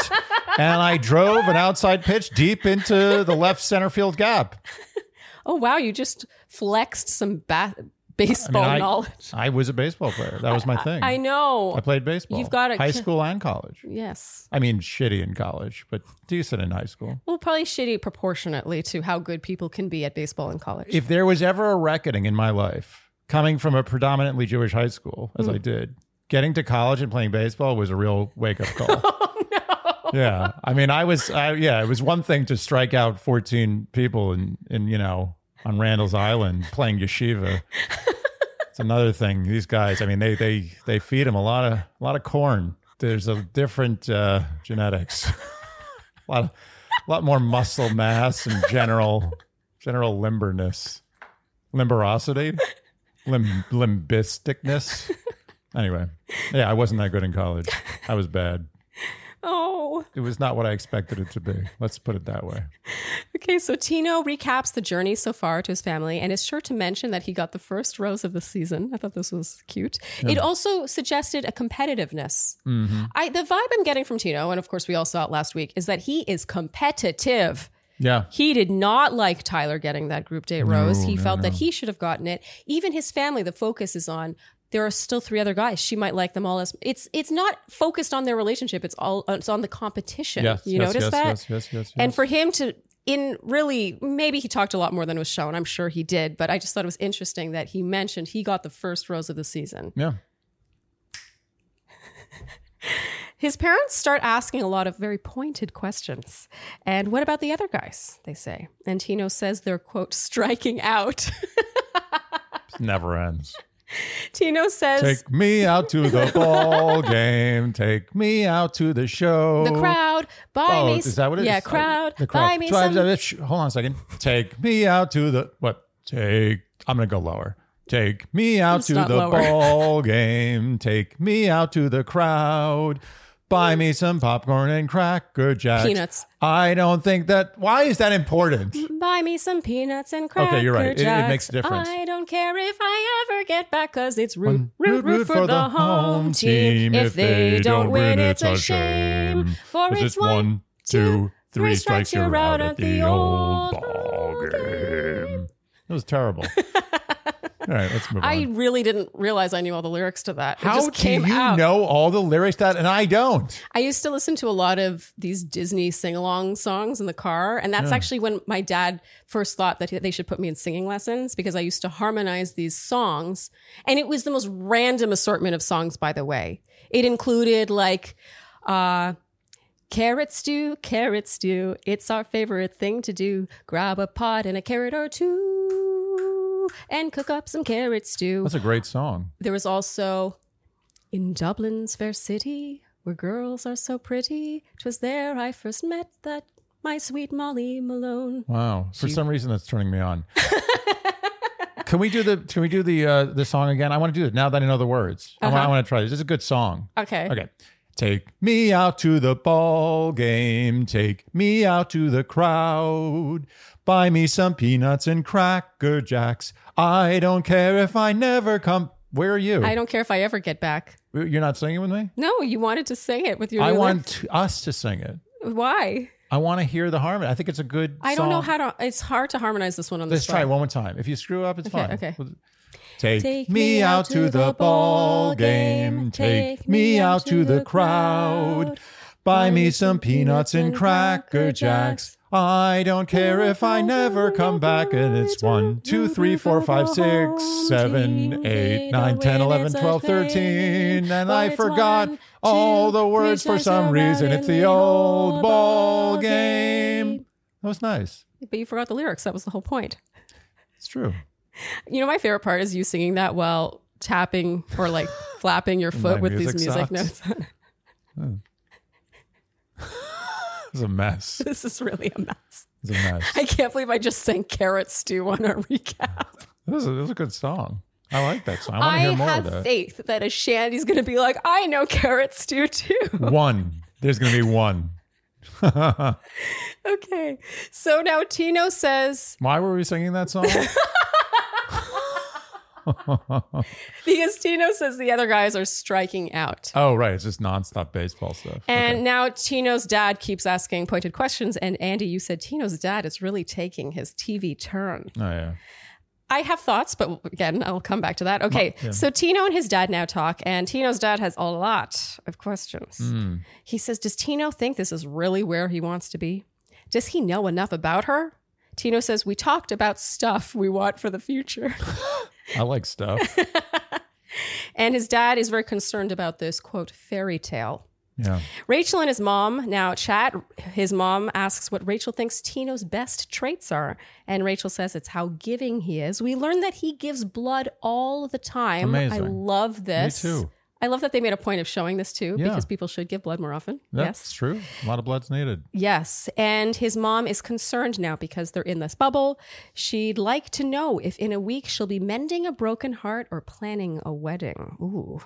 [SPEAKER 1] and I drove an outside pitch deep into the left center field gap.
[SPEAKER 2] Oh, wow. You just flexed some ba- baseball
[SPEAKER 1] I,
[SPEAKER 2] knowledge.
[SPEAKER 1] I was a baseball player. That was my thing.
[SPEAKER 2] I know.
[SPEAKER 1] I played baseball.
[SPEAKER 2] You've got a-
[SPEAKER 1] high school and college.
[SPEAKER 2] yes.
[SPEAKER 1] I mean, shitty in college, but decent in high school.
[SPEAKER 2] Well, probably shitty proportionately to how good people can be at baseball in college.
[SPEAKER 1] If there was ever a reckoning in my life, coming from a predominantly Jewish high school, as I did, getting to college and playing baseball was a real wake up call. Yeah. I mean, I was, I, yeah, it was one thing to strike out 14 people in, in, you know, on Randall's Island playing yeshiva. It's another thing. These guys, I mean, they, they, they feed them a lot of, a lot of corn. There's a different uh, genetics, a lot, a lot more muscle mass and general, general limberness, limberosity, lim, limbisticness. Anyway, yeah, I wasn't that good in college. I was bad.
[SPEAKER 2] Oh.
[SPEAKER 1] It was not what I expected it to be. Let's put it that way.
[SPEAKER 2] Okay, so Tino recaps the journey so far to his family and is sure to mention that he got the first rose of the season. I thought this was cute. It also suggested a competitiveness. I the vibe I'm getting from Tino, and of course we all saw it last week, is that he is competitive.
[SPEAKER 1] Yeah.
[SPEAKER 2] He did not like Tyler getting that group date rose. he felt that he should have gotten it. Even his family, the focus is on there are still three other guys. She might like them all as it's it's not focused on their relationship. It's all it's on the competition.
[SPEAKER 1] Yes.
[SPEAKER 2] you
[SPEAKER 1] yes,
[SPEAKER 2] notice
[SPEAKER 1] yes,
[SPEAKER 2] that?
[SPEAKER 1] Yes, yes, yes,
[SPEAKER 2] And
[SPEAKER 1] yes.
[SPEAKER 2] for him to in really maybe he talked a lot more than was shown. I'm sure he did, but I just thought it was interesting that he mentioned he got the first rose of the season.
[SPEAKER 1] yeah.
[SPEAKER 2] His parents start asking a lot of very pointed questions. And what about the other guys? They say. And Tino says they're quote striking out.
[SPEAKER 1] It never ends.
[SPEAKER 2] Tino says
[SPEAKER 1] Take me out to the ball game. Take me out to the show.
[SPEAKER 2] the crowd buy
[SPEAKER 1] Oh,
[SPEAKER 2] me
[SPEAKER 1] is that what it is?
[SPEAKER 2] yeah crowd,
[SPEAKER 1] Uh, The crowd.
[SPEAKER 2] buy me
[SPEAKER 1] Drive-
[SPEAKER 2] some
[SPEAKER 1] uh, sh- Hold on a second. Take me out to the what? Take. I'm gonna go lower. Take me out
[SPEAKER 2] It's
[SPEAKER 1] to
[SPEAKER 2] not
[SPEAKER 1] the
[SPEAKER 2] lower.
[SPEAKER 1] ball game. Take me out to the crowd. Buy me some popcorn and cracker jacks.
[SPEAKER 2] Peanuts.
[SPEAKER 1] I don't think that. Why is that important?
[SPEAKER 2] Buy me some peanuts and cracker
[SPEAKER 1] Okay, you're right. It- it
[SPEAKER 2] Jacks.
[SPEAKER 1] makes a difference.
[SPEAKER 2] I don't care if I ever get back, cause it's root, root, root, for, the home team. If they don't win, it's a shame. For
[SPEAKER 1] Is
[SPEAKER 2] it's
[SPEAKER 1] it
[SPEAKER 2] one,
[SPEAKER 1] one, two,
[SPEAKER 2] three
[SPEAKER 1] three strikes you're out at the old
[SPEAKER 2] old
[SPEAKER 1] ball
[SPEAKER 2] ball
[SPEAKER 1] game. That was terrible. All right, let's move
[SPEAKER 2] I
[SPEAKER 1] on.
[SPEAKER 2] really didn't realize I knew all the lyrics to that. It
[SPEAKER 1] How
[SPEAKER 2] just
[SPEAKER 1] do
[SPEAKER 2] came
[SPEAKER 1] you
[SPEAKER 2] out.
[SPEAKER 1] know all the lyrics that, and I don't?
[SPEAKER 2] I used to listen to a lot of these Disney sing along songs in the car. And that's actually when my dad first thought that they should put me in singing lessons because I used to harmonize these songs. And it was the most random assortment of songs, by the way. It included like, uh, Carrot stew, carrot stew, it's our favorite thing to do. Grab a pot and a carrot or two and cook up some carrot stew.
[SPEAKER 1] That's a great song.
[SPEAKER 2] There was also in Dublin's fair city, where girls are so pretty. 'Twas there I first met that my sweet Molly Malone.
[SPEAKER 1] Wow. For some reason, that's turning me on. Can we do the Can we do the uh, the song again? I want to do it now that I know the words. I want, I
[SPEAKER 2] Uh-huh.
[SPEAKER 1] want to try this. This is a good song.
[SPEAKER 2] Okay.
[SPEAKER 1] Okay. Take me out to the ball game. Take me out to the crowd. Buy me some peanuts and cracker jacks. I don't care if I never come. Where are you?
[SPEAKER 2] I don't care if I ever get back.
[SPEAKER 1] You're not singing with me.
[SPEAKER 2] No, you wanted to sing it with your.
[SPEAKER 1] I
[SPEAKER 2] new
[SPEAKER 1] want us to sing it.
[SPEAKER 2] lip- Why?
[SPEAKER 1] I want to hear the harmony. I think it's a good.
[SPEAKER 2] I don't know
[SPEAKER 1] song.
[SPEAKER 2] how to. It's hard to harmonize this one on
[SPEAKER 1] Let's
[SPEAKER 2] this.
[SPEAKER 1] try it one more time. If you screw up, it's fine.
[SPEAKER 2] okay.
[SPEAKER 1] We'll- Take, me out to the ball game. Take me out to the crowd. Buy me some peanuts and cracker jacks. I don't care if I never come back. And it's one, two, three, four, five, six, seven, eight, nine, ten, eleven, twelve, thirteen. And I forgot all the words for some reason. It's the old ball game. That was nice.
[SPEAKER 2] But you forgot the lyrics. That was the whole point.
[SPEAKER 1] It's true.
[SPEAKER 2] You know, my favorite part is you singing that while tapping or like flapping your foot
[SPEAKER 1] My
[SPEAKER 2] with these
[SPEAKER 1] music
[SPEAKER 2] music
[SPEAKER 1] sucks.
[SPEAKER 2] notes. On.
[SPEAKER 1] It's a mess.
[SPEAKER 2] This is really a mess.
[SPEAKER 1] It's a mess.
[SPEAKER 2] I can't believe I just sang carrot stew on our recap.
[SPEAKER 1] This is, this is a good song. I like that song. I want
[SPEAKER 2] I,
[SPEAKER 1] to hear more of
[SPEAKER 2] have
[SPEAKER 1] that.
[SPEAKER 2] faith that a shandy's going to be like, I know carrot stew too.
[SPEAKER 1] One. There's going to be one. Why
[SPEAKER 2] okay. So now Tino says,
[SPEAKER 1] were we singing that song?
[SPEAKER 2] because Tino says the other guys are striking out.
[SPEAKER 1] oh, right. It's just nonstop baseball stuff.
[SPEAKER 2] And now Tino's dad keeps asking pointed questions. And Andy, you said Tino's dad is really taking his TV turn.
[SPEAKER 1] Okay. Oh, yeah.
[SPEAKER 2] I have thoughts, but again, I'll come back to that. Okay. So Tino and his dad now talk, and Tino's dad has a lot of questions. He says, Does Tino think this is really where he wants to be? Does he know enough about her? Tino says, We talked about stuff we want for the future.
[SPEAKER 1] I like stuff.
[SPEAKER 2] and his dad is very concerned about this, quote, fairy tale.
[SPEAKER 1] Yeah.
[SPEAKER 2] Rachel and his mom now chat. His mom asks what Rachel thinks Tino's best traits are. And Rachel says it's how giving he is. We learn that he gives blood all the time. I
[SPEAKER 1] Amazing.
[SPEAKER 2] love this.
[SPEAKER 1] too.
[SPEAKER 2] I love that they made a point of showing this too
[SPEAKER 1] Yeah.
[SPEAKER 2] because people should give blood more often.
[SPEAKER 1] That's
[SPEAKER 2] yes.
[SPEAKER 1] true. A lot of blood's needed.
[SPEAKER 2] Yes. And his mom is concerned now because they're in this bubble. She'd like to know if in a week she'll be mending a broken heart or
[SPEAKER 1] Hmm.
[SPEAKER 2] planning a wedding. Ooh.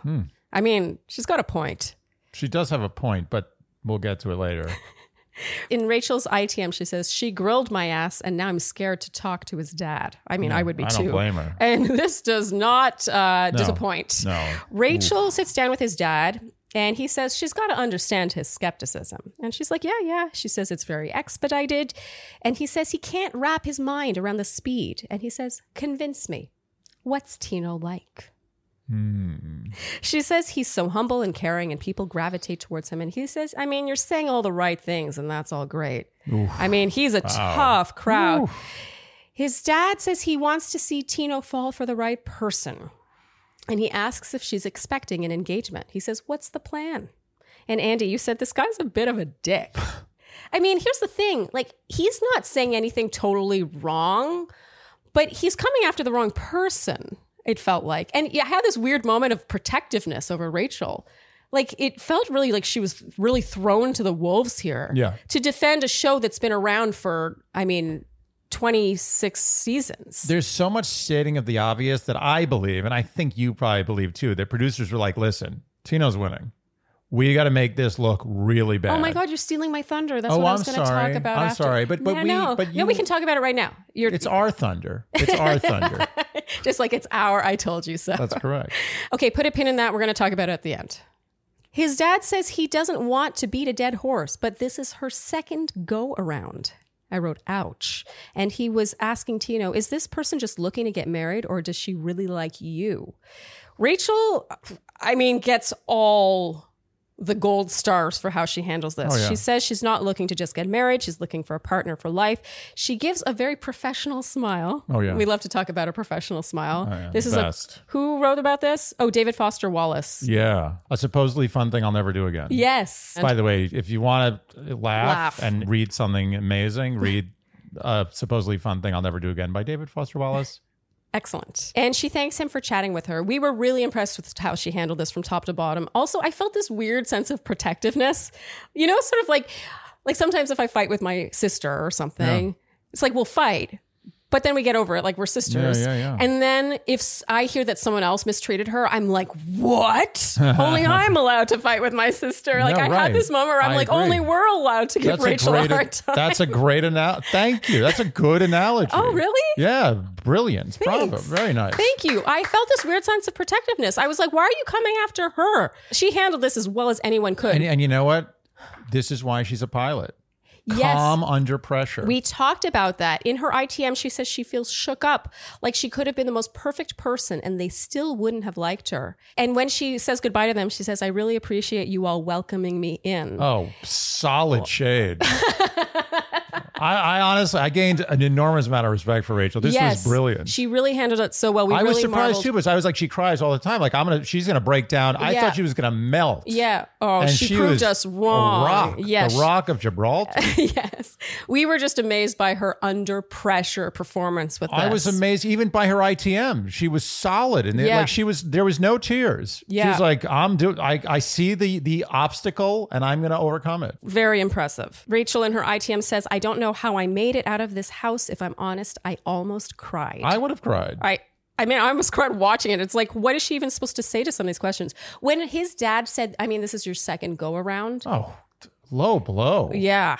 [SPEAKER 2] I mean, she's got a point.
[SPEAKER 1] She does have a point, but We'll get to it later.
[SPEAKER 2] In Rachel's ITM, she says, She grilled my ass and now I'm scared to talk to his dad. I mean, I would be
[SPEAKER 1] I
[SPEAKER 2] too.
[SPEAKER 1] don't blame her.
[SPEAKER 2] And this does not uh, disappoint.
[SPEAKER 1] No.
[SPEAKER 2] Rachel sits down with his dad and he says she's got to understand his skepticism. And she's like, Yeah, yeah. She says it's very expedited. And he says he can't wrap his mind around the speed. And he says, Convince me, what's Tino like? She says he's so humble and caring and people gravitate towards him. And he says, I mean, you're saying all the right things and that's all great. I mean, he's a tough crowd. His dad says he wants to see Tino fall for the right person. And he asks if she's expecting an engagement. He says, What's the plan? And Andy, you said this guy's a bit of a dick. I mean, here's the thing like, he's not saying anything totally wrong, but he's coming after the wrong person, it felt like. And yeah, I had this weird moment of protectiveness over Rachel. Like, it felt really like she was really thrown to the wolves here
[SPEAKER 1] Yeah.
[SPEAKER 2] to defend a show that's been around for, I mean, 26 seasons.
[SPEAKER 1] There's so much stating of the obvious that I believe, and I think you probably believe too, that producers were like, listen, Tino's winning. We got to make this look really bad.
[SPEAKER 2] Oh my God, you're stealing my thunder. That's
[SPEAKER 1] Oh,
[SPEAKER 2] what I was
[SPEAKER 1] I'm
[SPEAKER 2] going to talk
[SPEAKER 1] sorry.
[SPEAKER 2] about.
[SPEAKER 1] I'm
[SPEAKER 2] after.
[SPEAKER 1] sorry, but- but
[SPEAKER 2] no,
[SPEAKER 1] we-
[SPEAKER 2] no,
[SPEAKER 1] but
[SPEAKER 2] no, we
[SPEAKER 1] you-
[SPEAKER 2] can talk about it right now. You're
[SPEAKER 1] It's our thunder. It's our thunder.
[SPEAKER 2] just like it's our. I told you so.
[SPEAKER 1] That's correct.
[SPEAKER 2] Okay, put a pin in that. We're going to talk about it at the end. His dad says he doesn't want to beat a dead horse, but this is her second go around. I wrote, ouch. And he was asking Tino, is this person just looking to get married or does she really like you? Rachel, I mean, gets all the gold stars for how she handles this.
[SPEAKER 1] Oh, yeah.
[SPEAKER 2] She says she's not looking to just get married, she's looking for a partner for life. She gives a very professional smile.
[SPEAKER 1] Oh, yeah.
[SPEAKER 2] We love to talk about a professional smile.
[SPEAKER 1] Oh, yeah,
[SPEAKER 2] This is
[SPEAKER 1] best.
[SPEAKER 2] a who wrote about this? Oh, David Foster Wallace.
[SPEAKER 1] Yeah. A supposedly fun thing I'll never do again.
[SPEAKER 2] Yes.
[SPEAKER 1] By the way, if you want to laugh,
[SPEAKER 2] Laugh.
[SPEAKER 1] and read something amazing, read a supposedly fun thing I'll never do again by David Foster Wallace.
[SPEAKER 2] Excellent. And she thanks him for chatting with her. We were really impressed with how she handled this from top to bottom. Also, I felt this weird sense of protectiveness. You know, sort of like like sometimes if I fight with my sister or something, it's like we'll fight. But then we get over it, like we're sisters.
[SPEAKER 1] yeah, yeah.
[SPEAKER 2] And then if s- I hear that someone else mistreated her, I'm like, what? only I'm allowed to fight with my sister. Like I
[SPEAKER 1] right.
[SPEAKER 2] had this moment where I'm
[SPEAKER 1] I
[SPEAKER 2] like,
[SPEAKER 1] agree.
[SPEAKER 2] only we're allowed to give Rachel
[SPEAKER 1] a great.
[SPEAKER 2] a hard time.
[SPEAKER 1] That's a great analogy. Thank you. That's a good analogy.
[SPEAKER 2] Oh, really?
[SPEAKER 1] Yeah. Brilliant. Bravo. Very nice.
[SPEAKER 2] Thank you. I felt this weird sense of protectiveness. I was like, why are you coming after her? She handled this as well as anyone could.
[SPEAKER 1] and, and you know what? This is why she's a pilot.
[SPEAKER 2] yes.
[SPEAKER 1] Calm under pressure.
[SPEAKER 2] We talked about that. In her ITM, she says she feels shook up, like she could have been the most perfect person and they still wouldn't have liked her. And when she says goodbye to them, she says, I really appreciate you all welcoming me in.
[SPEAKER 1] Oh, solid shade. I, I honestly, I gained an enormous amount of respect for Rachel. This was brilliant.
[SPEAKER 2] She really handled it so well. We
[SPEAKER 1] I
[SPEAKER 2] really
[SPEAKER 1] was surprised
[SPEAKER 2] marveled.
[SPEAKER 1] too because I was like, she cries all the time. Like I'm gonna, she's gonna break down. I
[SPEAKER 2] Yeah.
[SPEAKER 1] thought she was gonna melt.
[SPEAKER 2] Yeah. Oh,
[SPEAKER 1] and
[SPEAKER 2] she, proved
[SPEAKER 1] was
[SPEAKER 2] us
[SPEAKER 1] a
[SPEAKER 2] wrong.
[SPEAKER 1] rock,
[SPEAKER 2] yes.
[SPEAKER 1] the rock of Gibraltar.
[SPEAKER 2] yes. We were just amazed by her under pressure performance with
[SPEAKER 1] I was
[SPEAKER 2] this.
[SPEAKER 1] amazed even by her ITM. She was solid and
[SPEAKER 2] Yeah.
[SPEAKER 1] like she was there was no tears. She
[SPEAKER 2] Yeah.
[SPEAKER 1] was like, I'm do I, I see the the obstacle and I'm gonna overcome it.
[SPEAKER 2] Very impressive. Rachel in her ITM says, I don't know how I made it out of this house. If I'm honest, I almost cried.
[SPEAKER 1] I would have cried.
[SPEAKER 2] I I mean, I almost cried watching it. It's like, what is she even supposed to say to some of these questions? When his dad said, I mean, this is your second go around.
[SPEAKER 1] oh t- low blow.
[SPEAKER 2] Yeah.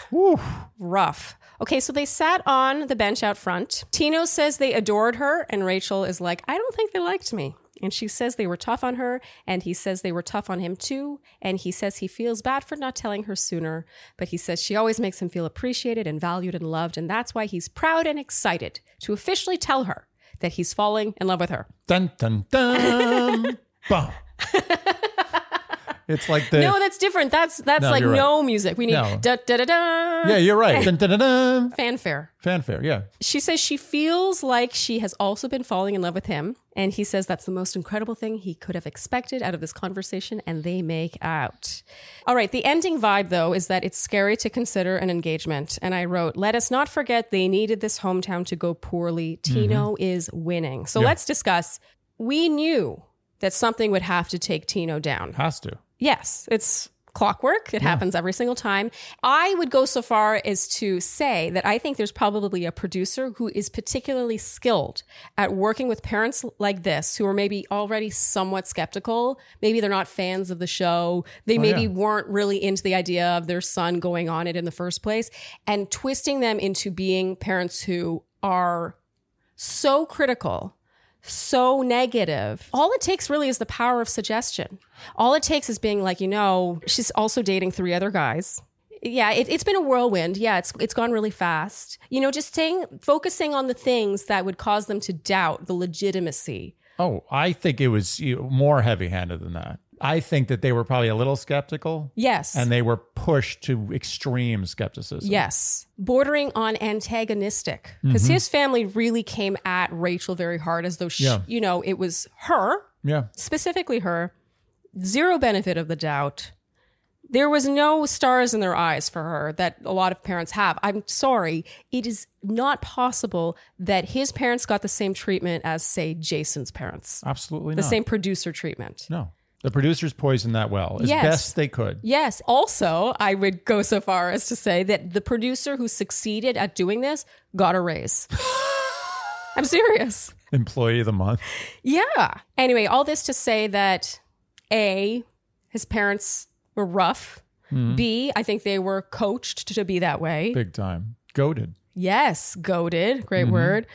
[SPEAKER 2] Rough. Okay, so they sat on the bench out front. Tino says they adored her, and Rachel is like, I don't think they liked me. And she says they were tough on her, and he says they were tough on him too. And he says he feels bad for not telling her sooner, but he says she always makes him feel appreciated and valued and loved. And that's why he's proud and excited to officially tell her that he's falling in love with her.
[SPEAKER 1] Dun dun dun Bum. It's like the
[SPEAKER 2] No, that's different. That's that's
[SPEAKER 1] No,
[SPEAKER 2] like
[SPEAKER 1] you're right.
[SPEAKER 2] no music. We need
[SPEAKER 1] No.
[SPEAKER 2] da da da da
[SPEAKER 1] Yeah, you're right. dun, dun, dun, dun.
[SPEAKER 2] fanfare.
[SPEAKER 1] Fanfare, yeah.
[SPEAKER 2] She says she feels like she has also been falling in love with him. And he says that's the most incredible thing he could have expected out of this conversation, and they make out. All right, the ending vibe, though, is that it's scary to consider an engagement. And I wrote, let us not forget they needed this hometown to go poorly. Tino is winning. So let's discuss. We knew that something would have to take Tino down.
[SPEAKER 1] Has to.
[SPEAKER 2] Yes, it's clockwork. It happens every single time. I would go so far as to say that I think there's probably a producer who is particularly skilled at working with parents like this who are maybe already somewhat skeptical. Maybe they're not fans of the show. They maybe
[SPEAKER 1] yeah.
[SPEAKER 2] weren't really into the idea of their son going on it in the first place and twisting them into being parents who are so critical so negative. All it takes really is the power of suggestion. All it takes is being like, you know, she's also dating three other guys. Yeah, it, it's been a whirlwind. Yeah, it's it's gone really fast. You know, just staying focusing on the things that would cause them to doubt the legitimacy.
[SPEAKER 1] Oh, I think it was you know, more heavy handed than that. I think that they were probably a little skeptical
[SPEAKER 2] Yes.
[SPEAKER 1] and they were pushed to extreme skepticism.
[SPEAKER 2] Yes, bordering on antagonistic because
[SPEAKER 1] Mm-hmm.
[SPEAKER 2] his family really came at Rachel very hard, as though she,
[SPEAKER 1] Yeah.
[SPEAKER 2] you know it was her
[SPEAKER 1] Yeah.
[SPEAKER 2] specifically her, zero benefit of the doubt. There was no stars in their eyes for her that a lot of parents have. I'm sorry. It is not possible that his parents got the same treatment as, say, Jason's parents,
[SPEAKER 1] Absolutely
[SPEAKER 2] the
[SPEAKER 1] not.
[SPEAKER 2] same producer treatment.
[SPEAKER 1] No. The producers poisoned that well as
[SPEAKER 2] Yes.
[SPEAKER 1] best they could.
[SPEAKER 2] Yes. Also, I would go so far as to say that the producer who succeeded at doing this got a raise. I'm serious.
[SPEAKER 1] Employee of the month.
[SPEAKER 2] Yeah. Anyway, all this to say that A, his parents were rough. B, I think they were coached to be that way.
[SPEAKER 1] Big time. Goaded.
[SPEAKER 2] Yes, goaded. Great word.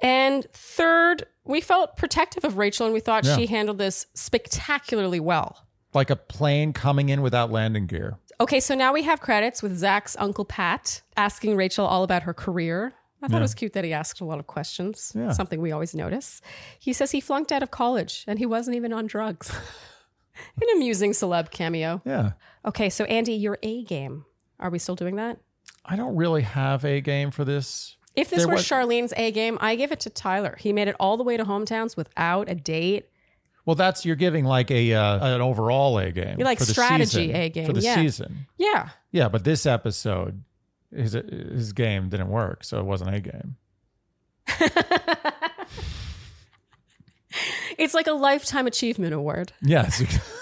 [SPEAKER 2] And third, we felt protective of Rachel and we thought
[SPEAKER 1] Yeah.
[SPEAKER 2] she handled this spectacularly well.
[SPEAKER 1] Like a plane coming in without landing gear.
[SPEAKER 2] Okay, so now we have credits with Zach's uncle Pat asking Rachel all about her career. I thought it was cute that he asked a lot of questions,
[SPEAKER 1] Yeah.
[SPEAKER 2] something we always notice. He says he flunked out of college and he wasn't even on drugs. An amusing celeb cameo.
[SPEAKER 1] Yeah.
[SPEAKER 2] Okay, so Andy, your A game. Are we still doing that?
[SPEAKER 1] I don't really have a game for this.
[SPEAKER 2] If this
[SPEAKER 1] There
[SPEAKER 2] were
[SPEAKER 1] was-
[SPEAKER 2] Charlene's A game, I give it to Tyler. He made it all the way to hometowns without a date.
[SPEAKER 1] Well, that's you're giving like a uh, an overall a game.
[SPEAKER 2] You're like
[SPEAKER 1] for the
[SPEAKER 2] strategy
[SPEAKER 1] season,
[SPEAKER 2] A game,
[SPEAKER 1] for the
[SPEAKER 2] yeah.
[SPEAKER 1] season.
[SPEAKER 2] Yeah.
[SPEAKER 1] Yeah, but this episode, his his game didn't work, so it wasn't a game.
[SPEAKER 2] It's like a lifetime achievement award.
[SPEAKER 1] Yes.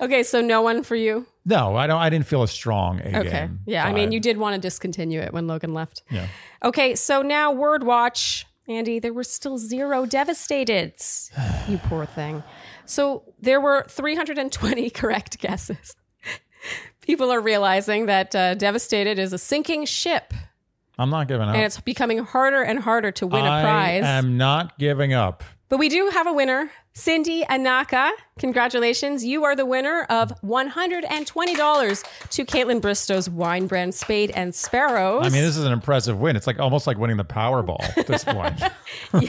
[SPEAKER 2] Okay, so no one for you.
[SPEAKER 1] no, I don't. I didn't feel a strong a
[SPEAKER 2] Okay.
[SPEAKER 1] game.
[SPEAKER 2] Yeah, I
[SPEAKER 1] vibe.
[SPEAKER 2] mean, you did want to discontinue it when Logan left.
[SPEAKER 1] Yeah.
[SPEAKER 2] Okay, so now word watch. Andy, there were still zero devastated. you poor thing. So there were 320 correct guesses. People are realizing that uh, devastated is a sinking ship,
[SPEAKER 1] I'm not giving up.
[SPEAKER 2] and it's becoming harder and harder to win a prize.
[SPEAKER 1] I am not giving up.
[SPEAKER 2] But we do have a winner, Cindy Anaka. Congratulations. You are the winner of $120 to Caitlin Bristow's wine brand Spade and Sparrows.
[SPEAKER 1] I mean, this is an impressive win. It's like almost like winning the Powerball at this point,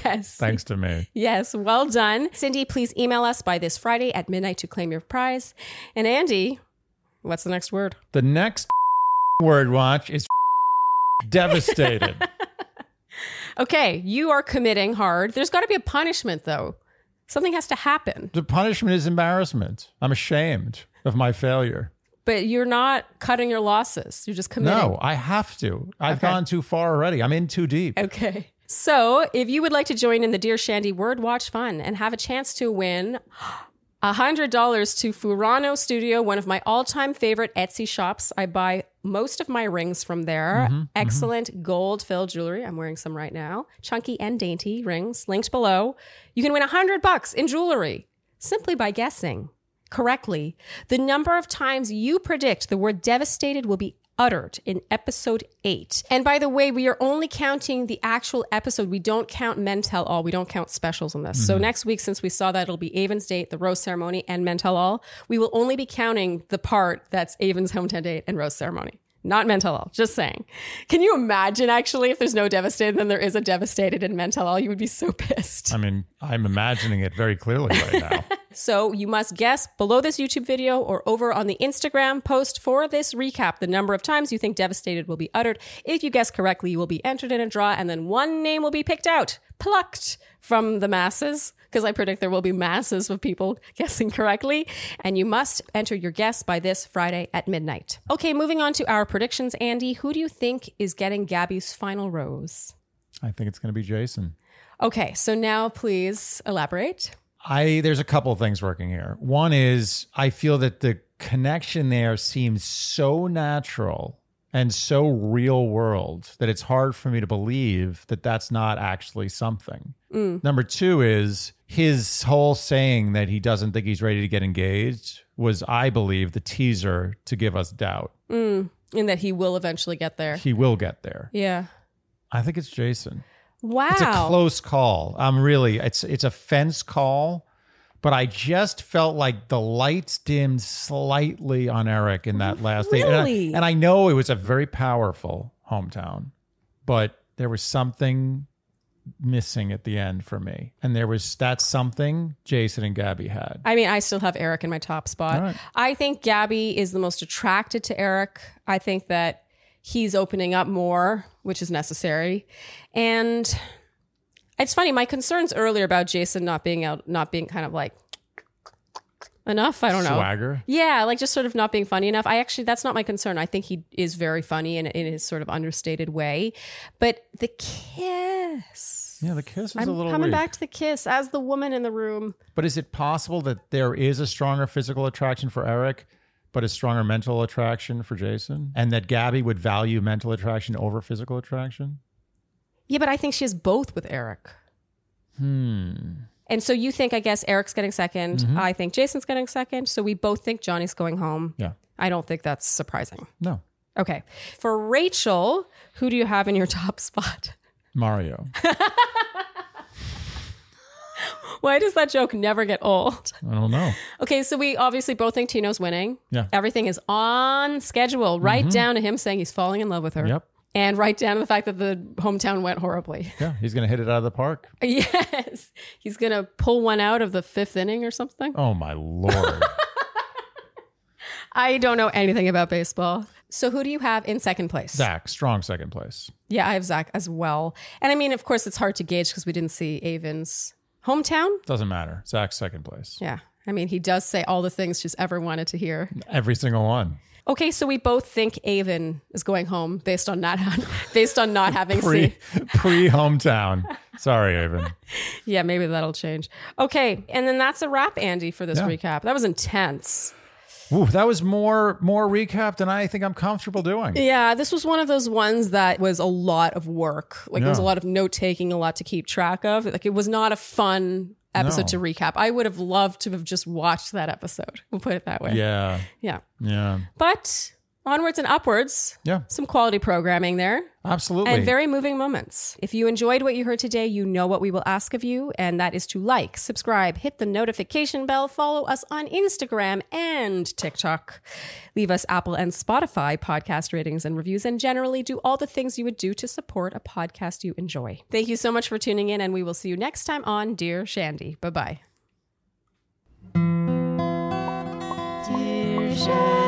[SPEAKER 2] yes.
[SPEAKER 1] thanks to me.
[SPEAKER 2] Yes. Well done. Cindy, please email us by this Friday at midnight to claim your prize. And Andy, what's the next word?
[SPEAKER 1] The next word watch is devastated.
[SPEAKER 2] Okay, you are committing hard. There's got to be a punishment, though. Something has to happen,
[SPEAKER 1] the punishment is embarrassment. I'm ashamed of my failure.
[SPEAKER 2] but you're not cutting your losses. You're just committing.
[SPEAKER 1] No, I have to. I've
[SPEAKER 2] Okay.
[SPEAKER 1] gone too far already. I'm in too deep.
[SPEAKER 2] Okay. So, if you would like to join in the Dear Shandy Word Watch Fun and have a chance to win $100 to Furano Studio, one of my all time favorite Etsy shops, I buy most of my rings from there. Excellent gold filled jewelry. I'm wearing some right now. Chunky and dainty rings linked below. You can win 100 bucks in jewelry simply by guessing correctly the number of times you predict the word devastated will be uttered in episode 8. And by the way, we are only counting the actual episode. We don't count Men Tell All. We don't count specials on this. So next week, since we saw that it'll be Avon's date, the Rose Ceremony, and Men Tell All, we will only be counting the part that's Avon's hometown date and Rose Ceremony. Not mental all, just saying. Can you imagine actually if there's no devastated, then there is a devastated in mental all? You would be so pissed.
[SPEAKER 1] I mean, I'm imagining it very clearly right now.
[SPEAKER 2] So you must guess below this YouTube video or over on the Instagram post for this recap the number of times you think devastated will be uttered. If you guess correctly, you will be entered in a draw, and then one name will be picked out, plucked from the masses. Because I predict there will be masses of people guessing correctly. And you must enter your guess by this Friday at midnight. Okay, moving on to our predictions. Andy, who do you think is getting Gabby's final rose?
[SPEAKER 1] I think it's going to be Jason.
[SPEAKER 2] Okay, so now please elaborate.
[SPEAKER 1] I there's a couple of things working here. One is I feel that the connection there seems so natural and so real world that it's hard for me to believe that that's not actually something. Number two is his whole saying that he doesn't think he's ready to get engaged was, I believe, the teaser to give us doubt.
[SPEAKER 2] and mm, that he will eventually get there.
[SPEAKER 1] He will get there.
[SPEAKER 2] Yeah.
[SPEAKER 1] I think it's Jason.
[SPEAKER 2] Wow.
[SPEAKER 1] It's a close call. I'm really it's it's a fence call, but I just felt like the lights dimmed slightly on Eric in that last day. And I-
[SPEAKER 2] Really?
[SPEAKER 1] And I, know it was a very powerful hometown, but there was something missing at the end for me. And there was that something Jason and Gabby had.
[SPEAKER 2] I mean, I still have Eric in my top spot.
[SPEAKER 1] All right.
[SPEAKER 2] I think Gabby is the most attracted to Eric. I think that he's opening up more, which is necessary. And it's funny, my concerns earlier about Jason not being out, not being kind of like enough. I don't know.
[SPEAKER 1] Swagger.
[SPEAKER 2] Yeah, like just sort of not being funny enough. I actually, that's not my concern. I think he is very funny in, in his sort of understated way. But the kiss.
[SPEAKER 1] Yeah, the kiss was
[SPEAKER 2] I'm
[SPEAKER 1] a little
[SPEAKER 2] coming
[SPEAKER 1] weak.
[SPEAKER 2] back to the kiss as the woman in the room.
[SPEAKER 1] But is it possible that there is a stronger physical attraction for Eric, but a stronger mental attraction for Jason? And that Gabby would value mental attraction over physical attraction?
[SPEAKER 2] Yeah, but I think she has both with Eric.
[SPEAKER 1] Hmm. Mm-hmm.
[SPEAKER 2] And so you think, I guess, Eric's getting 2nd I think Jason's getting second. So we both think Johnny's going home.
[SPEAKER 1] Yeah.
[SPEAKER 2] I don't think that's surprising.
[SPEAKER 1] No.
[SPEAKER 2] Okay. For Rachel, who do you have in your top spot?
[SPEAKER 1] Mario.
[SPEAKER 2] Why does that joke never get old?
[SPEAKER 1] I don't know.
[SPEAKER 2] Okay, so we obviously both think Tino's winning.
[SPEAKER 1] Yeah. Mm-hmm.
[SPEAKER 2] Everything is on schedule, right down to him saying he's falling in love with her.
[SPEAKER 1] Yep.
[SPEAKER 2] And right down to the fact that the hometown went horribly.
[SPEAKER 1] Yeah. He's going to hit it out of the park.
[SPEAKER 2] yes. He's going to pull one out of the fifth inning or something.
[SPEAKER 1] Oh, my Lord.
[SPEAKER 2] I don't know anything about baseball. So who do you have in second place?
[SPEAKER 1] Zach, strong second place.
[SPEAKER 2] Yeah, I have Zach as well. And I mean, of course, it's hard to gauge because we didn't see Avon's hometown.
[SPEAKER 1] Doesn't matter. Zach's second place.
[SPEAKER 2] Yeah. I mean, he does say all the things she's ever wanted to hear.
[SPEAKER 1] Every single one.
[SPEAKER 2] Okay, so we both think Avon is going home based on not based on not having seen.
[SPEAKER 1] Pre pre hometown. Sorry, Avon.
[SPEAKER 2] Yeah, maybe that'll change. Okay, and then that's a wrap, Andy, for this
[SPEAKER 1] Yeah.
[SPEAKER 2] recap. That was intense.
[SPEAKER 1] Ooh, that was more more recap than I think I'm comfortable doing.
[SPEAKER 2] Yeah, this was one of those ones that was a lot of work. Like there was a
[SPEAKER 1] Yeah.
[SPEAKER 2] lot of note taking, a lot to keep track of. Like it was not a fun episode
[SPEAKER 1] No.
[SPEAKER 2] to recap. I would have loved to have just watched that episode. We'll put it that way.
[SPEAKER 1] Yeah.
[SPEAKER 2] Yeah.
[SPEAKER 1] Yeah.
[SPEAKER 2] But onwards and upwards,
[SPEAKER 1] Yeah.
[SPEAKER 2] some quality programming there
[SPEAKER 1] Absolutely.
[SPEAKER 2] and very moving moments. If you enjoyed what you heard today, you know what we will ask of you, and that is to like, subscribe, hit the notification bell, follow us on Instagram and TikTok, leave us Apple and Spotify podcast ratings and reviews, and generally do all the things you would do to support a podcast you enjoy. Thank you so much for tuning in, and we will see you next time on Dear Shandy. Bye bye.
[SPEAKER 3] Dear Shandy.